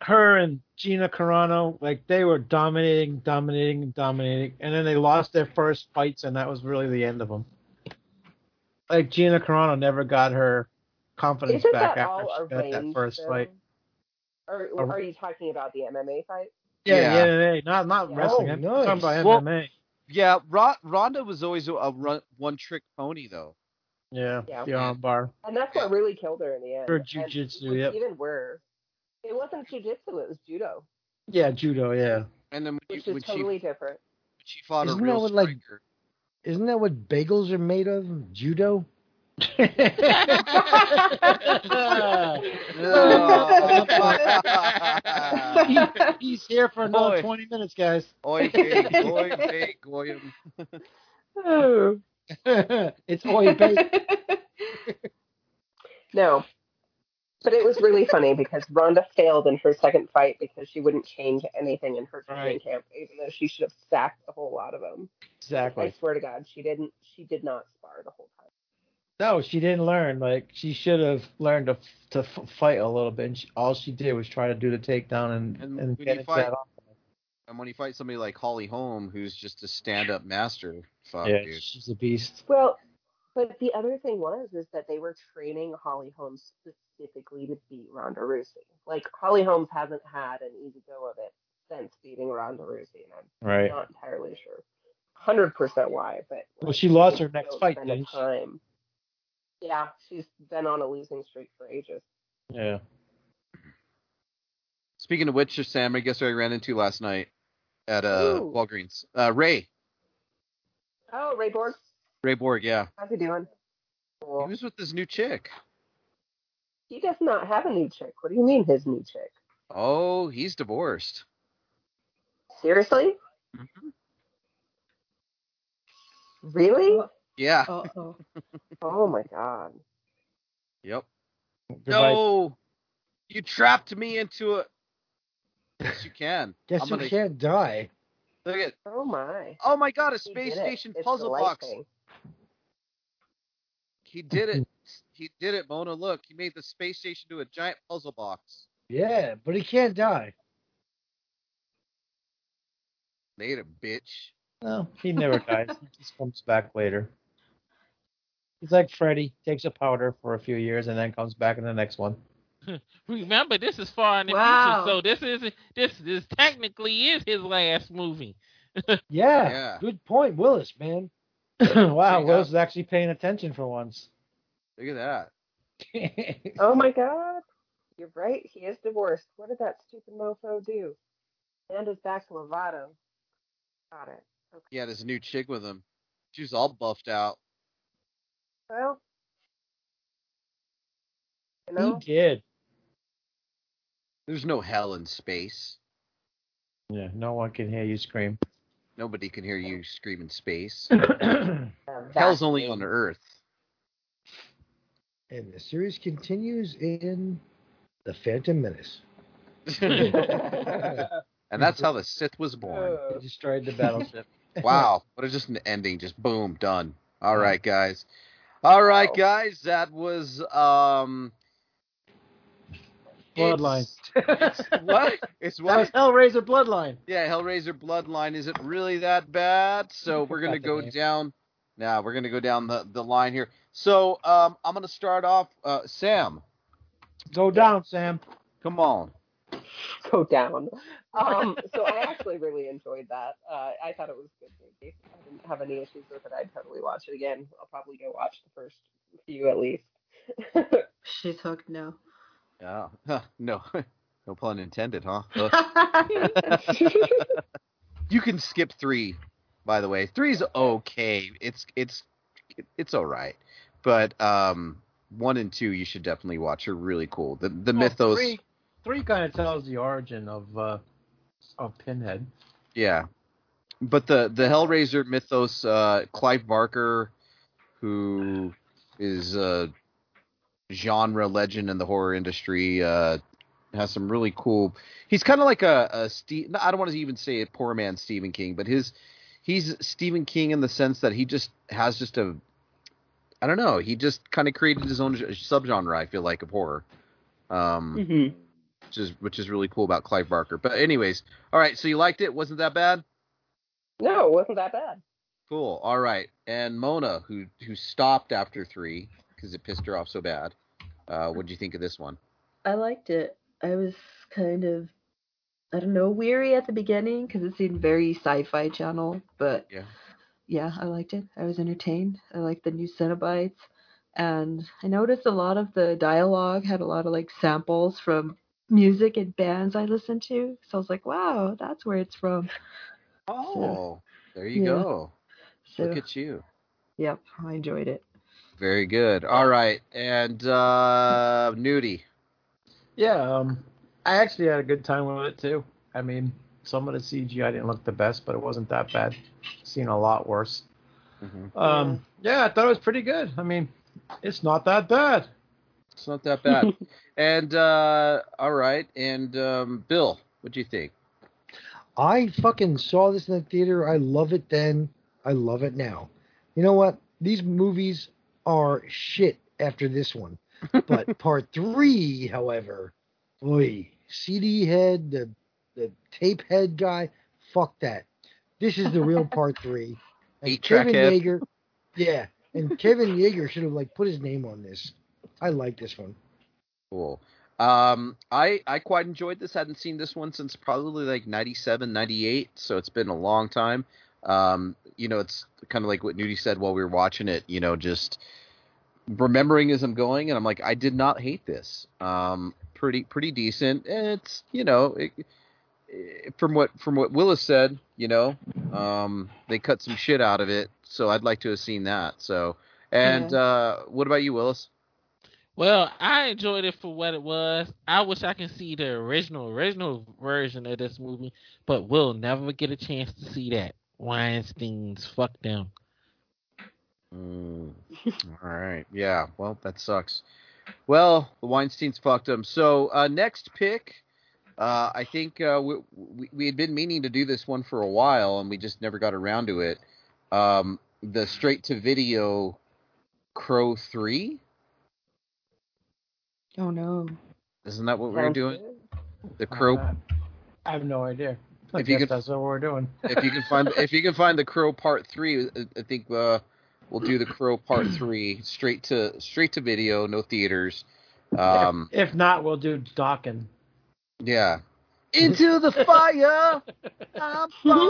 Speaker 8: Her and Gina Carano, like they were dominating, dominating, dominating, and then they lost their first fights, and that was really the end of them. Like Gina Carano never got her confidence
Speaker 7: Isn't
Speaker 8: back
Speaker 7: that
Speaker 8: after
Speaker 7: all
Speaker 8: she got
Speaker 7: arranged?
Speaker 8: that first
Speaker 7: though?
Speaker 8: fight.
Speaker 7: Or
Speaker 8: Ar-
Speaker 7: are you talking about the MMA fight?
Speaker 8: Yeah,
Speaker 1: Yeah.
Speaker 8: yeah, MMA, not not
Speaker 7: Yeah.
Speaker 8: wrestling.
Speaker 4: Oh,
Speaker 8: I'm
Speaker 4: nice.
Speaker 8: talking about
Speaker 1: Well-
Speaker 8: MMA.
Speaker 1: Yeah, Ro- Rhonda was always a run- one trick pony though.
Speaker 8: Yeah,
Speaker 7: Yeah.
Speaker 8: the arm bar.
Speaker 7: And that's what really killed her in the end.
Speaker 8: Her
Speaker 7: And it
Speaker 8: jujitsu,
Speaker 7: was
Speaker 8: yep.
Speaker 7: Even worse. It wasn't jujitsu, it was judo,
Speaker 8: Yeah, judo. Yeah,
Speaker 1: And then when,
Speaker 7: which
Speaker 1: you,
Speaker 7: is
Speaker 1: when
Speaker 7: totally different.
Speaker 1: she, she fought a
Speaker 4: Isn't
Speaker 1: real
Speaker 4: that what, like-
Speaker 1: striker.
Speaker 4: Isn't that what bagels are made of? Judo?
Speaker 1: No.
Speaker 8: he's here for another
Speaker 1: Boy.
Speaker 8: twenty minutes, guys.
Speaker 1: Oy vey, oy vey, goyim.
Speaker 10: Oh.
Speaker 8: it's oi bait.
Speaker 7: No. But it was really funny because Ronda failed in her second fight because she wouldn't change anything in her training
Speaker 8: Right.
Speaker 7: camp, even though she should have sacked a whole lot of them. I
Speaker 8: Exactly.
Speaker 7: swear to God, she didn't. She did not spar the whole time.
Speaker 8: No, she didn't learn. Like she should have learned to f- to f- fight a little bit. And she, all she did was try to do the takedown and
Speaker 1: And
Speaker 8: and,
Speaker 1: when you
Speaker 8: get into
Speaker 1: fight-
Speaker 8: that off.
Speaker 1: And when you fight somebody like Holly Holm, who's just a stand-up master, fuck,
Speaker 8: yeah,
Speaker 1: dude.
Speaker 8: she's a beast.
Speaker 7: Well, but the other thing was is that they were training Holly Holmes specifically to beat Ronda Rousey. Like Holly Holmes hasn't had an easy go of it since beating Ronda Rousey, and I'm
Speaker 8: Right.
Speaker 7: not entirely sure, hundred percent why. But
Speaker 8: Well,
Speaker 7: like,
Speaker 8: she lost
Speaker 7: it's
Speaker 8: her next
Speaker 7: still
Speaker 8: fight,
Speaker 7: been a
Speaker 8: didn't she?
Speaker 7: time. Yeah, she's been on a losing streak for ages.
Speaker 8: Yeah.
Speaker 1: Speaking of which, Sam, I guess who I ran into last night at uh,
Speaker 7: Ooh.
Speaker 1: Walgreens. Uh, Ray,
Speaker 7: Oh, Ray Borg,
Speaker 1: Ray Borg. Yeah,
Speaker 7: how's he doing?
Speaker 1: he was with his new chick.
Speaker 7: He does not have a new chick. What do you mean his new chick?
Speaker 1: Oh, he's divorced.
Speaker 7: Seriously? Really?
Speaker 1: Yeah.
Speaker 10: Oh.
Speaker 7: oh my god.
Speaker 1: Yep. No, you trapped me into a. Yes, you can.
Speaker 4: Guess
Speaker 1: I'm
Speaker 4: who
Speaker 1: gonna-
Speaker 4: can't die?
Speaker 1: Look at.
Speaker 7: Oh my.
Speaker 1: Oh my God! A
Speaker 7: He
Speaker 1: space
Speaker 7: did it.
Speaker 1: station
Speaker 7: It's the
Speaker 1: puzzle
Speaker 7: light
Speaker 1: box.
Speaker 7: thing.
Speaker 1: He did it. He did it, Mona. Look, he made the space station to a giant puzzle box.
Speaker 4: Yeah, but he can't die.
Speaker 1: Made a bitch.
Speaker 8: No, he never dies. he just comes back later. He's like Freddy, takes a powder for a few years and then comes back in the next one.
Speaker 9: Remember, this is far in the
Speaker 10: Wow.
Speaker 9: future, so this isn't this this technically is his last movie.
Speaker 4: Yeah,
Speaker 1: Yeah.
Speaker 4: good point, Willis, man.
Speaker 8: wow,
Speaker 1: you go.
Speaker 8: Will's is actually paying attention for once.
Speaker 1: Look at that.
Speaker 7: Oh my god. You're right. He is divorced. What did that stupid mofo do? And is back to Lovato. Got it.
Speaker 1: He had his new chick with him. She was all buffed out.
Speaker 7: Well, you
Speaker 8: he
Speaker 7: know,
Speaker 8: did.
Speaker 1: There's no hell in space.
Speaker 8: Yeah, no one can hear you scream.
Speaker 1: Nobody can hear you scream in space.
Speaker 7: uh,
Speaker 1: Hell's
Speaker 7: that-
Speaker 1: only on Earth.
Speaker 4: And the series continues in The Phantom Menace.
Speaker 1: and that's how the Sith was born.
Speaker 8: They
Speaker 7: Uh,
Speaker 8: destroyed the battleship.
Speaker 1: Wow. What a just an ending. Just boom, done. All right, guys. All right,
Speaker 7: Wow.
Speaker 1: guys. That was um
Speaker 8: Bloodline.
Speaker 1: It's, it's what? It's
Speaker 8: That was
Speaker 1: what?
Speaker 8: Hellraiser Bloodline.
Speaker 1: Yeah, Hellraiser Bloodline. Is it really that bad? So we're gonna
Speaker 8: Forgot the
Speaker 1: go
Speaker 8: name.
Speaker 1: down. Now we're gonna go down the, the line here. So um, I'm gonna start off. Uh, Sam,
Speaker 8: Go down, Sam.
Speaker 1: come on.
Speaker 7: go down. Um, so I actually really enjoyed that. Uh, I thought it was good movie. I didn't have any issues with it. I'd totally watch it again. I'll probably go watch the first few at least.
Speaker 10: She's hooked now.
Speaker 1: Yeah. no, no pun intended, huh? you can skip three. By the way, three's okay. It's it's it's all right, but um, one and two you should definitely watch. Are really cool. The the mythos.
Speaker 8: Oh, Three, three kind of tells the origin of uh, of Pinhead.
Speaker 1: Yeah, but the the Hellraiser mythos, uh, Clive Barker, who is a genre legend in the horror industry, uh, has some really cool. He's kind of like a, a Steve. I don't want to even say a poor man Stephen King, but his he's Stephen King in the sense that he just has just a. I don't know. He just kind of created his own ge- subgenre. I feel like of horror. Um,
Speaker 10: Mhm.
Speaker 1: which is which is really cool about Clive Barker. But anyways, all right. So you liked it? Wasn't that bad?
Speaker 7: no, it wasn't that bad.
Speaker 1: Cool. All right. And Mona, who who stopped after three because it pissed her off so bad. Uh, what would you think of this one?
Speaker 10: I liked it. I was kind of, I don't know, weary at the beginning because it seemed very sci-fi channel, but
Speaker 1: Yeah.
Speaker 10: yeah, I liked it. I was entertained. I liked the new Cenobites, and I noticed a lot of the dialogue had a lot of like samples from music and bands I listened to. So I was like, wow, that's where it's from.
Speaker 1: Oh, there you
Speaker 10: Yeah.
Speaker 1: go.
Speaker 10: So
Speaker 1: Look at you.
Speaker 10: yep, I enjoyed it.
Speaker 1: Very good. All right. And uh, Nudie.
Speaker 8: Yeah, um, I actually had a good time with it too. I mean, some of the CGI didn't look the best, but it wasn't that bad. Seen a lot worse.
Speaker 1: Mm-hmm.
Speaker 8: Um, yeah, I thought it was pretty good. I mean, it's not that bad.
Speaker 1: It's not that bad. and uh, all right. And um, Bill, what do you think?
Speaker 4: I fucking saw this in the theater. I love it then. I love it now. You know what? These movies are shit after this one. But part three, however, boy, CD head, the the tape head guy, fuck that. This is the real part three. And
Speaker 1: Eight track head.
Speaker 4: Yeager, yeah, and Kevin Yeager should have like put his name on this. I like this one.
Speaker 1: Cool. Um, I I quite enjoyed this. Hadn't seen this one since probably like 97, 98, so it's been a long time. Um, you know, it's kind of like what Nudie said while we were watching it. You know, just remembering as I'm going, and I'm like, I did not hate this. Um, pretty pretty decent. And it's you know it, it- from what from what Willis said, you know, um, they cut some shit out of it. So I'd like to have seen that. So and
Speaker 9: Yeah.
Speaker 1: uh, what about you, Willis?
Speaker 9: Well, I enjoyed it for what it was. I wish I can see the original original version of this movie, but we'll never get a chance to see that. Weinstein's fuck them.
Speaker 1: All right. Mm. Yeah. Well, that sucks. Well, the Weinstein's fucked him. So uh, next pick, uh, I think uh, we, we we had been meaning to do this one for a while, and we just never got around to it. Um, the straight to video Crow Three.
Speaker 10: Oh no.
Speaker 1: Isn't that what we were
Speaker 8: Sounds
Speaker 1: doing? The Crow.
Speaker 8: I have no idea. I
Speaker 1: If you could-
Speaker 8: guess that's what we're doing.
Speaker 1: if you can find if you can find the Crow Part Three, I- I think uh, we'll do the Crow Part Three straight to straight to video, no theaters. Um,
Speaker 8: If not, we'll do Dawkins.
Speaker 1: yeah. Into the fire. I'm falling.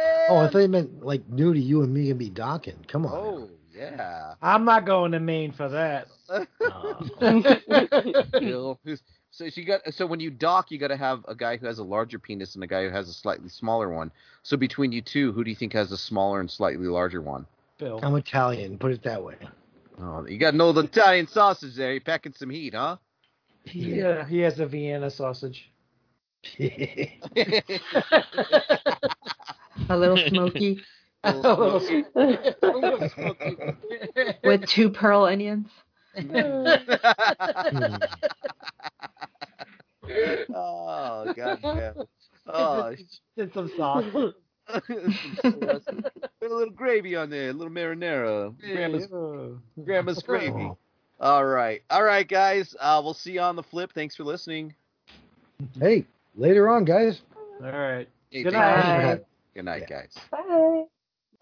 Speaker 4: Mm-hmm. Oh, I thought you meant like new to you and me and be docking. Come on.
Speaker 1: Oh yeah.
Speaker 8: I'm not going to Maine for that. Oh.
Speaker 1: Bill, who's- so she got so when you dock, you got to have a guy who has a larger penis and a guy who has a slightly smaller one. So between you two, who do you think has a smaller and slightly larger one?
Speaker 8: Bill.
Speaker 4: I'm Italian, put it that way.
Speaker 1: Oh, you got an old Italian sausage there. You're packing some heat, huh?
Speaker 8: Yeah, he has a Vienna sausage.
Speaker 10: A little smoky
Speaker 8: A little smoky.
Speaker 10: with two pearl onions.
Speaker 4: Hmm.
Speaker 1: oh god damn. it. Oh, sh-
Speaker 8: Did some sausage.
Speaker 1: put a little gravy on there, a little marinara, grandma's,
Speaker 8: Yeah.
Speaker 1: grandma's gravy. All right, all right, guys. Uh, we'll see you on the flip. Thanks for listening.
Speaker 4: Hey, later on, guys.
Speaker 8: All right.
Speaker 1: Hey,
Speaker 8: Good
Speaker 1: thank you.
Speaker 8: night.
Speaker 1: Good night, guys.
Speaker 5: Bye.